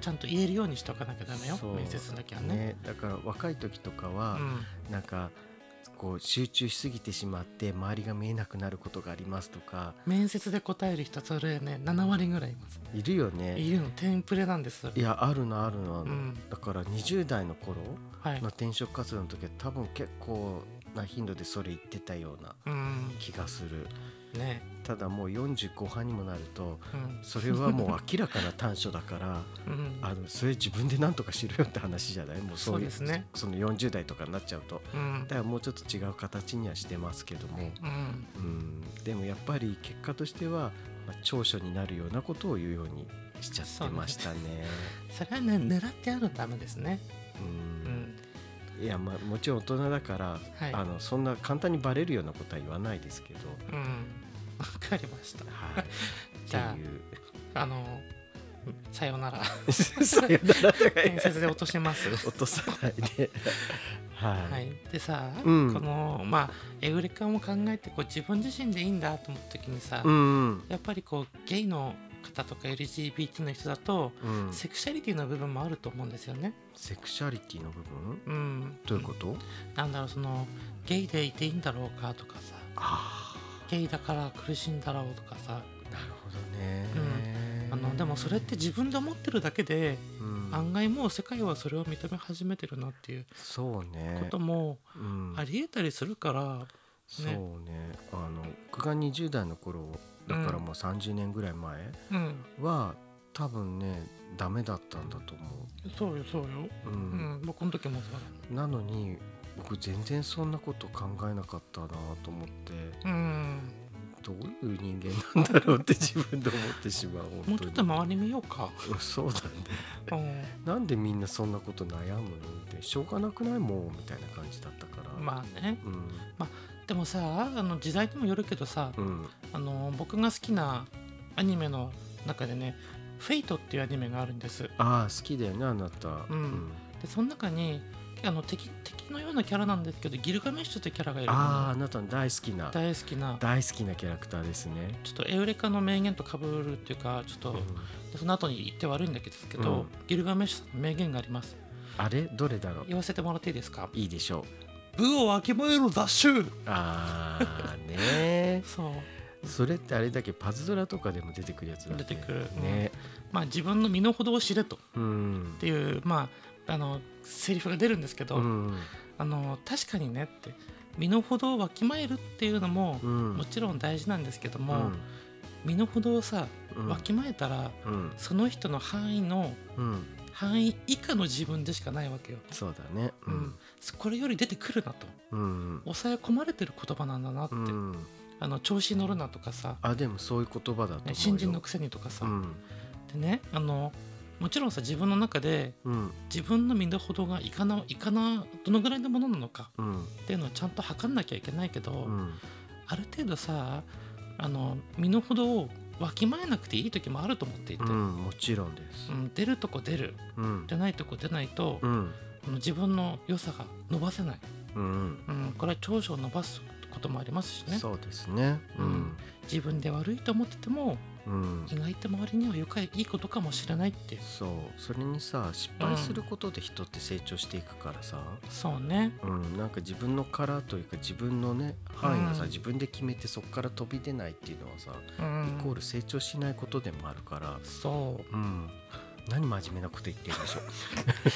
Speaker 1: ちゃんと言えるようにしておかなきゃダメよ
Speaker 2: そう
Speaker 1: 面接の時はね
Speaker 2: ね、だから若い時とか
Speaker 1: う
Speaker 2: は、
Speaker 1: ん
Speaker 2: なんかこう集中しすぎてしまって周りが見えなくなることがありますとか
Speaker 1: 面接で答える人それね7割ぐらいいます
Speaker 2: いるよね
Speaker 1: いるのテンプレなんですそれ
Speaker 2: いやあるのあるのある
Speaker 1: う
Speaker 2: の、
Speaker 1: ん
Speaker 2: だから20代の頃
Speaker 1: はい
Speaker 2: の転職活動の時は多分結構な頻度でそれ言ってたような
Speaker 1: うん
Speaker 2: 気がする
Speaker 1: ね
Speaker 2: ただもう40後半にもなると
Speaker 1: うん
Speaker 2: それはもう明らかな短所だから
Speaker 1: うん
Speaker 2: あのそれ自分で何とかしろよって話じゃないもうそういう
Speaker 1: そうですね
Speaker 2: その40代とかになっちゃうと
Speaker 1: うん
Speaker 2: だからもうちょっと違う形にはしてますけども、
Speaker 1: うん
Speaker 2: うん、でもやっぱり結果としては、まあ、長所になるようなことを言うようにしちゃってましたね。
Speaker 1: それはね狙ってやるのダメですね
Speaker 2: う
Speaker 1: うんん
Speaker 2: いやまあもちろん大人だから、
Speaker 1: はい
Speaker 2: あのそんな簡単にバレるようなことは言わないですけど、
Speaker 1: うんわかりました
Speaker 2: はい、
Speaker 1: じゃあ
Speaker 2: っていう
Speaker 1: あのさようなら
Speaker 2: さよならとか言
Speaker 1: 面
Speaker 2: う
Speaker 1: 接で落とし ます
Speaker 2: 落とさない で、はい
Speaker 1: はい、でさ、
Speaker 2: うん
Speaker 1: このまあエウレカも考えてこう自分自身でいいんだと思った時にさ、
Speaker 2: うん
Speaker 1: やっぱりこうゲイの方とか LGBT の人だと、
Speaker 2: うん、
Speaker 1: セクシャリティの部分もあると思うんですよね。
Speaker 2: セクシャリティの部分
Speaker 1: うん、
Speaker 2: どういうこと、
Speaker 1: なんだろうそのゲイでいていいんだろうかとかさ
Speaker 2: あ
Speaker 1: ゲイだから苦しいんだろうとかさ
Speaker 2: あなるほどね、
Speaker 1: あのでもそれって自分で思ってるだけで、
Speaker 2: うん
Speaker 1: 案外もう世界はそれを認め始めてるなっていう
Speaker 2: そうね
Speaker 1: ことも
Speaker 2: うん
Speaker 1: ありえたりするから、
Speaker 2: そうねあの僕が20代の頃だから
Speaker 1: うん
Speaker 2: もう30年ぐらい前
Speaker 1: うん、
Speaker 2: は、多分ねダメだったんだと思
Speaker 1: そうよそうよ、
Speaker 2: う、う
Speaker 1: うんん、僕の時もそうだ
Speaker 2: なのに僕全然そんなこと考えなかったなと思って
Speaker 1: うん
Speaker 2: どういう人間なんだろうって自分で思ってしまう本当に
Speaker 1: もうちょっと周り見ようか。
Speaker 2: うんそうだね
Speaker 1: うん、
Speaker 2: なんでみんなそんなこと悩むのってしょうがなくないもうみたいな感じだったから
Speaker 1: まあね。
Speaker 2: うん
Speaker 1: でもさ、あの時代にもよるけどさ、
Speaker 2: うん
Speaker 1: あの僕が好きなアニメの中でね「フェイトっていうアニメがあるんですで
Speaker 2: ああ好きだよねあなた、
Speaker 1: うんその中にあの敵敵のようなキャラなんですけどギルガメッシュってキャラがいるの
Speaker 2: あああなたの大好きな
Speaker 1: 大好きな
Speaker 2: 大好きなキャラクターですね、
Speaker 1: ちょっとエウレカの名言とかぶるっていうかちょっと、
Speaker 2: うん
Speaker 1: その後に言って悪いんだけど、
Speaker 2: うん
Speaker 1: ギルガメッシュさんの名言があります
Speaker 2: あれどれだろう
Speaker 1: 言わせてもらっていいですか
Speaker 2: いいでしょう
Speaker 1: 部をわきまえろ雑種
Speaker 2: あーね
Speaker 1: そう
Speaker 2: それってあれだっけパズドラとかでも出てくるやつだっけ
Speaker 1: 出てくる
Speaker 2: ね
Speaker 1: まあ自分の身の程を知れとっ
Speaker 2: うん
Speaker 1: ていうまああのセリフが出るんですけど、
Speaker 2: うん
Speaker 1: あの確かにねって身の程をわきまえるっていうのも、
Speaker 2: うん
Speaker 1: もちろん大事なんですけど
Speaker 2: う
Speaker 1: も、
Speaker 2: ん
Speaker 1: 身の程をさ
Speaker 2: うん
Speaker 1: わきまえたら、
Speaker 2: うん
Speaker 1: その人の範囲の
Speaker 2: うん
Speaker 1: 範囲以下の自分でしかないわけよ。
Speaker 2: そうだねう
Speaker 1: うんん、これより出てくるなと
Speaker 2: うん
Speaker 1: 抑え込まれてる言葉なんだなって、
Speaker 2: うん
Speaker 1: あの調子に乗るなとかさ、
Speaker 2: あでもそういう言葉だと思う
Speaker 1: ね
Speaker 2: よ
Speaker 1: 新人のくせにとかさ、
Speaker 2: うん
Speaker 1: でねあのもちろんさ自分の中で
Speaker 2: うん
Speaker 1: 自分の身の程がいかないかなどのぐらいのものなのか
Speaker 2: うん
Speaker 1: っていうのをちゃんと測んなきゃいけないけど、
Speaker 2: うん
Speaker 1: ある程度さあの身の程をわきまえなくていい時もあると思っていて、
Speaker 2: う
Speaker 1: うん
Speaker 2: んもちろんです
Speaker 1: 出るとこ出る
Speaker 2: うん
Speaker 1: 出ないとこ出ないと、
Speaker 2: うん
Speaker 1: あの自分の良さが伸ばせない、
Speaker 2: うん
Speaker 1: うん、これは長所を伸ばすこともありますしね
Speaker 2: そうですねうん
Speaker 1: 自分で悪いと思ってても
Speaker 2: うん
Speaker 1: 意外と周りにはよかいいことかもしれないって
Speaker 2: そうそれにさ失敗することで人って成長していくからさ、
Speaker 1: そうね
Speaker 2: うん、なんか自分の殻というか自分のね範囲がさ、
Speaker 1: うん
Speaker 2: 自分で決めてそこから飛び出ないっていうのはさ、
Speaker 1: うん
Speaker 2: イコール成長しないことでもあるから、
Speaker 1: そ
Speaker 2: うん、何真面目なこと言ってるん でし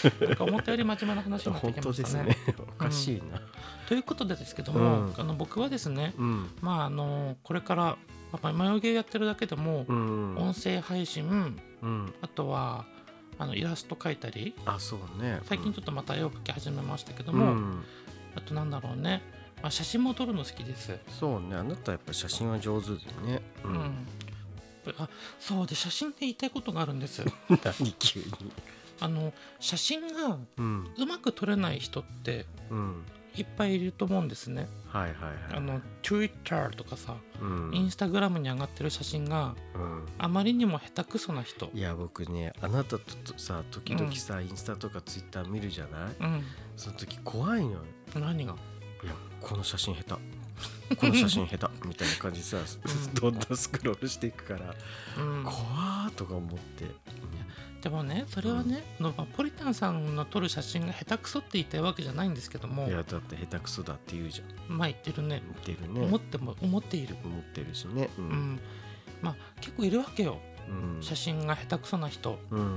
Speaker 2: ょ
Speaker 1: うなんか思ったより真面目な話
Speaker 2: う
Speaker 1: になって
Speaker 2: 本
Speaker 1: き
Speaker 2: 当
Speaker 1: ま
Speaker 2: で
Speaker 1: し
Speaker 2: す
Speaker 1: たね
Speaker 2: ねおかしいな
Speaker 1: ということでですけども、
Speaker 2: うん
Speaker 1: あの僕はですね
Speaker 2: うん
Speaker 1: まああのこれからやっぱり眉毛やってるだけでも、
Speaker 2: うん、うん
Speaker 1: 音声配信あとはあのイラスト描いたり
Speaker 2: あそうね
Speaker 1: 最近ちょ
Speaker 2: っ
Speaker 1: っとまた絵を描き始めましたけど
Speaker 2: と
Speaker 1: も、
Speaker 2: うん、
Speaker 1: あとなんだろうね、まあ、写真も撮るの好きです、
Speaker 2: そうねあなたやっぱ写真は上手でね、う
Speaker 1: うんんあそうで写真で言いたいことがあるんです
Speaker 2: 何急に、
Speaker 1: あの写真が
Speaker 2: うん
Speaker 1: うまく撮れない人って
Speaker 2: うん、
Speaker 1: いっぱいいると思うんですね
Speaker 2: はいはいはい
Speaker 1: あの Twitter とかさ
Speaker 2: うん、
Speaker 1: インスタグラムに上がってる写真が
Speaker 2: うん
Speaker 1: あまりにも下手くそな人
Speaker 2: いや僕ねあなたととさ時々さ、インスタとかツイッター見るじゃない
Speaker 1: うん
Speaker 2: その時怖いのよ
Speaker 1: 何が
Speaker 2: いやこの写真下 手この写真下手みたいな感じでさ、
Speaker 1: ん
Speaker 2: どんどんスクロールしていくから、
Speaker 1: うん
Speaker 2: 怖ーとか思って、
Speaker 1: でもねそれはね、あのまあポリタンさんの撮る写真が下手くそって言いたいわけじゃないんですけども
Speaker 2: いやだって下手くそだって言うじゃん
Speaker 1: まあ言ってるね
Speaker 2: 思ってるね
Speaker 1: 思っても思っている
Speaker 2: 思ってるしねう
Speaker 1: うん、
Speaker 2: ん
Speaker 1: まあ結構いるわけよ
Speaker 2: うん
Speaker 1: 写真が下手くそな人
Speaker 2: うん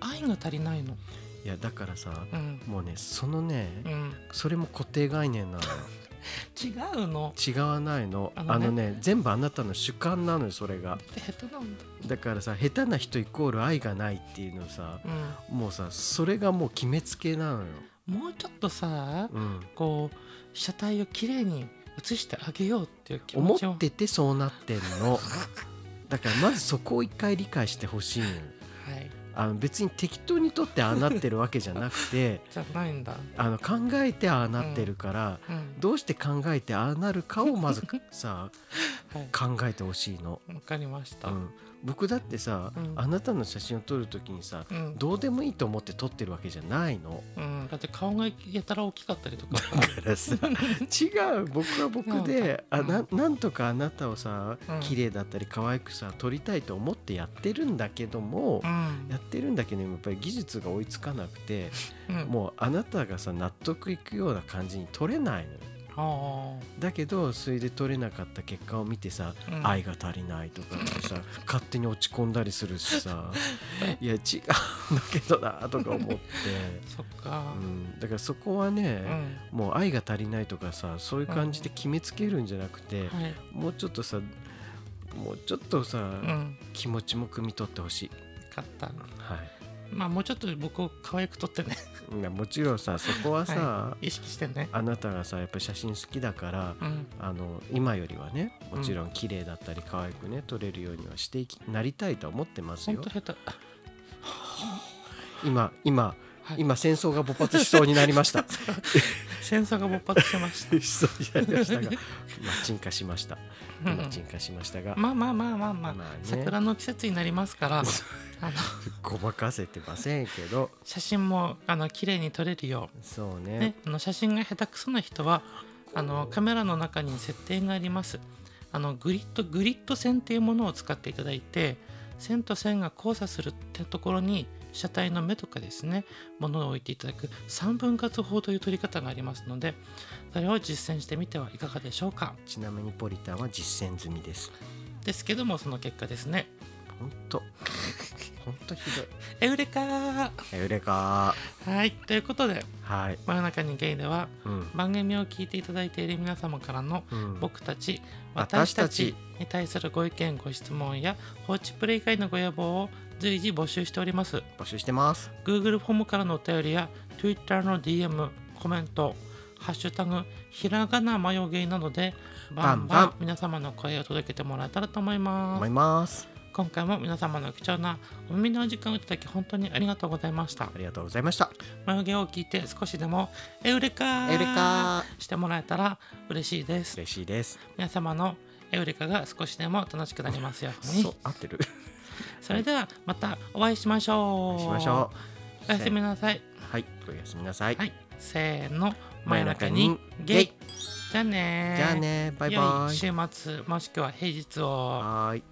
Speaker 1: 愛が足りないの
Speaker 2: いやだからさ
Speaker 1: うん、
Speaker 2: もうねそのね、
Speaker 1: うん、
Speaker 2: それも固定概念なのよ
Speaker 1: 違うの
Speaker 2: 違わないの
Speaker 1: あの
Speaker 2: あ
Speaker 1: ね
Speaker 2: のね全部あなたの主観なのよそれが
Speaker 1: 下手なんだ
Speaker 2: だからさ下手な人イコール愛がないっていうのさ
Speaker 1: う
Speaker 2: もうさそれがもう決めつけなのよ、
Speaker 1: んもうちょっとさ
Speaker 2: うん、
Speaker 1: こう被写体を綺麗に写してあげようっていう気持
Speaker 2: 思
Speaker 1: ちを
Speaker 2: っててそうなってんのだからまずそこを一回理解してほしいのよ
Speaker 1: はい
Speaker 2: あの別に適当にとってああなってるわけじゃなく て
Speaker 1: じゃないんだ
Speaker 2: あの考えてああなってるから、
Speaker 1: うん
Speaker 2: どうして考えてああなるかをまずさ
Speaker 1: はい
Speaker 2: 考えてほしいの、
Speaker 1: わかりまし
Speaker 2: う
Speaker 1: た
Speaker 2: ん、僕だってさ、
Speaker 1: うん
Speaker 2: あなたの写真を撮る時にさ
Speaker 1: うん
Speaker 2: どうでもいいと思って撮ってるわけじゃないの
Speaker 1: うん、だって顔がやたら大きかったり とか
Speaker 2: だからさ違う僕は僕で
Speaker 1: な
Speaker 2: あ
Speaker 1: んか
Speaker 2: ななんとかあなたをさ
Speaker 1: うん
Speaker 2: 綺麗だったり可愛くさ撮りたいと思ってやってるんだけども
Speaker 1: う、ん
Speaker 2: やってるんだけどやっぱり技術が追いつかなく て、
Speaker 1: うん
Speaker 2: もうあなたがさ納得いくような感じに撮れないのよ
Speaker 1: あ
Speaker 2: だけどそれで撮れなかった結果を見てさ、
Speaker 1: あ、うん
Speaker 2: 愛が足りないとかってさ勝手に落ち込んだりする しさ
Speaker 1: え
Speaker 2: いや違うんだけどなとか思って、
Speaker 1: そっか
Speaker 2: う、ん、だからそこはね、
Speaker 1: うん
Speaker 2: もう愛が足りないとかさそういう感じで決めつけるんじゃなくて、
Speaker 1: はい、
Speaker 2: もうちょっとさもうちょっとさ、
Speaker 1: うん、
Speaker 2: 気持ちも汲み取ってほしい、
Speaker 1: 勝った
Speaker 2: は
Speaker 1: まあもうちょっと僕を可愛く撮ってね
Speaker 2: い、いやもちろんさそこはさ、
Speaker 1: 意識してね
Speaker 2: あなたがさやっぱり写真好きだから
Speaker 1: うん
Speaker 2: あの今よりはねもちろん綺麗だったり可愛くね撮れるようにはしていきなりたいとは思ってます
Speaker 1: 本
Speaker 2: よ
Speaker 1: 当下手
Speaker 2: 今今
Speaker 1: はい
Speaker 2: 今戦争が勃発しそうになりました
Speaker 1: 戦争が勃発しま した
Speaker 2: 失 礼しちゃいましたが、まあ、沈下しました。
Speaker 1: う
Speaker 2: 今
Speaker 1: ん
Speaker 2: 沈下しましたが、
Speaker 1: まあまあまあまあまあ、
Speaker 2: まあね
Speaker 1: 桜の季節になります からあの
Speaker 2: ごまかせてませんけど、
Speaker 1: 写真もあの綺麗に撮れるよ
Speaker 2: そう
Speaker 1: う、
Speaker 2: ね。
Speaker 1: ね、あの写真が下手くそな人はあのカメラの中に設定がありますあのグリッドグリッド線っていうものを使っていただいて線と線が交差するってところに被写体の目とかですねものを置いていただく3分割法という取り方がありますのでそれを実践してみてはいかがでしょうか
Speaker 2: ちなみにポリタンは実践済みです。
Speaker 1: ですけどもその結果ですね
Speaker 2: 本 当、本当ひどい。
Speaker 1: エウレカー
Speaker 2: エウレカ
Speaker 1: はいということで
Speaker 2: ー。はい。
Speaker 1: 「真夜中にゲイ」では
Speaker 2: うん。
Speaker 1: 番組を聞いていただいている皆様からの
Speaker 2: うん、
Speaker 1: 僕たち私
Speaker 2: 私
Speaker 1: た
Speaker 2: た
Speaker 1: ち
Speaker 2: ち
Speaker 1: に対するご意見ご質問や放置プレイ以外のご要望を随時募集しております
Speaker 2: 募集してます。
Speaker 1: Google フォームからのお便りや Twitter の DM コメントハッシュタグひらがなマヨゲイなどでバンバ
Speaker 2: バン
Speaker 1: ン
Speaker 2: バ
Speaker 1: 皆様の声を届けてもらえたらと思いま
Speaker 2: 思い
Speaker 1: す
Speaker 2: ます。
Speaker 1: 今回も皆様の貴重なお耳のお時間をいただき本当にありがとうございました
Speaker 2: ありがとうございました。
Speaker 1: 眉毛を聞いて少しでもエウレカ
Speaker 2: エウレカ
Speaker 1: してもらえたら嬉しいです
Speaker 2: 嬉しいです。
Speaker 1: 皆様のエウレカが少しでも楽しくなりますように
Speaker 2: そう合ってる。
Speaker 1: それではまたお会いしましょう
Speaker 2: しましょう。
Speaker 1: おやすみなさい
Speaker 2: はい。おやすみなさい。
Speaker 1: はいせーの真
Speaker 2: 真
Speaker 1: 夜
Speaker 2: 夜
Speaker 1: 中
Speaker 2: 中
Speaker 1: に
Speaker 2: に
Speaker 1: ゲ
Speaker 2: ゲ
Speaker 1: イ
Speaker 2: イ
Speaker 1: じゃあねー
Speaker 2: じゃあね、バイバ
Speaker 1: 良い
Speaker 2: イ。
Speaker 1: 週末もしくは平日を
Speaker 2: はーい。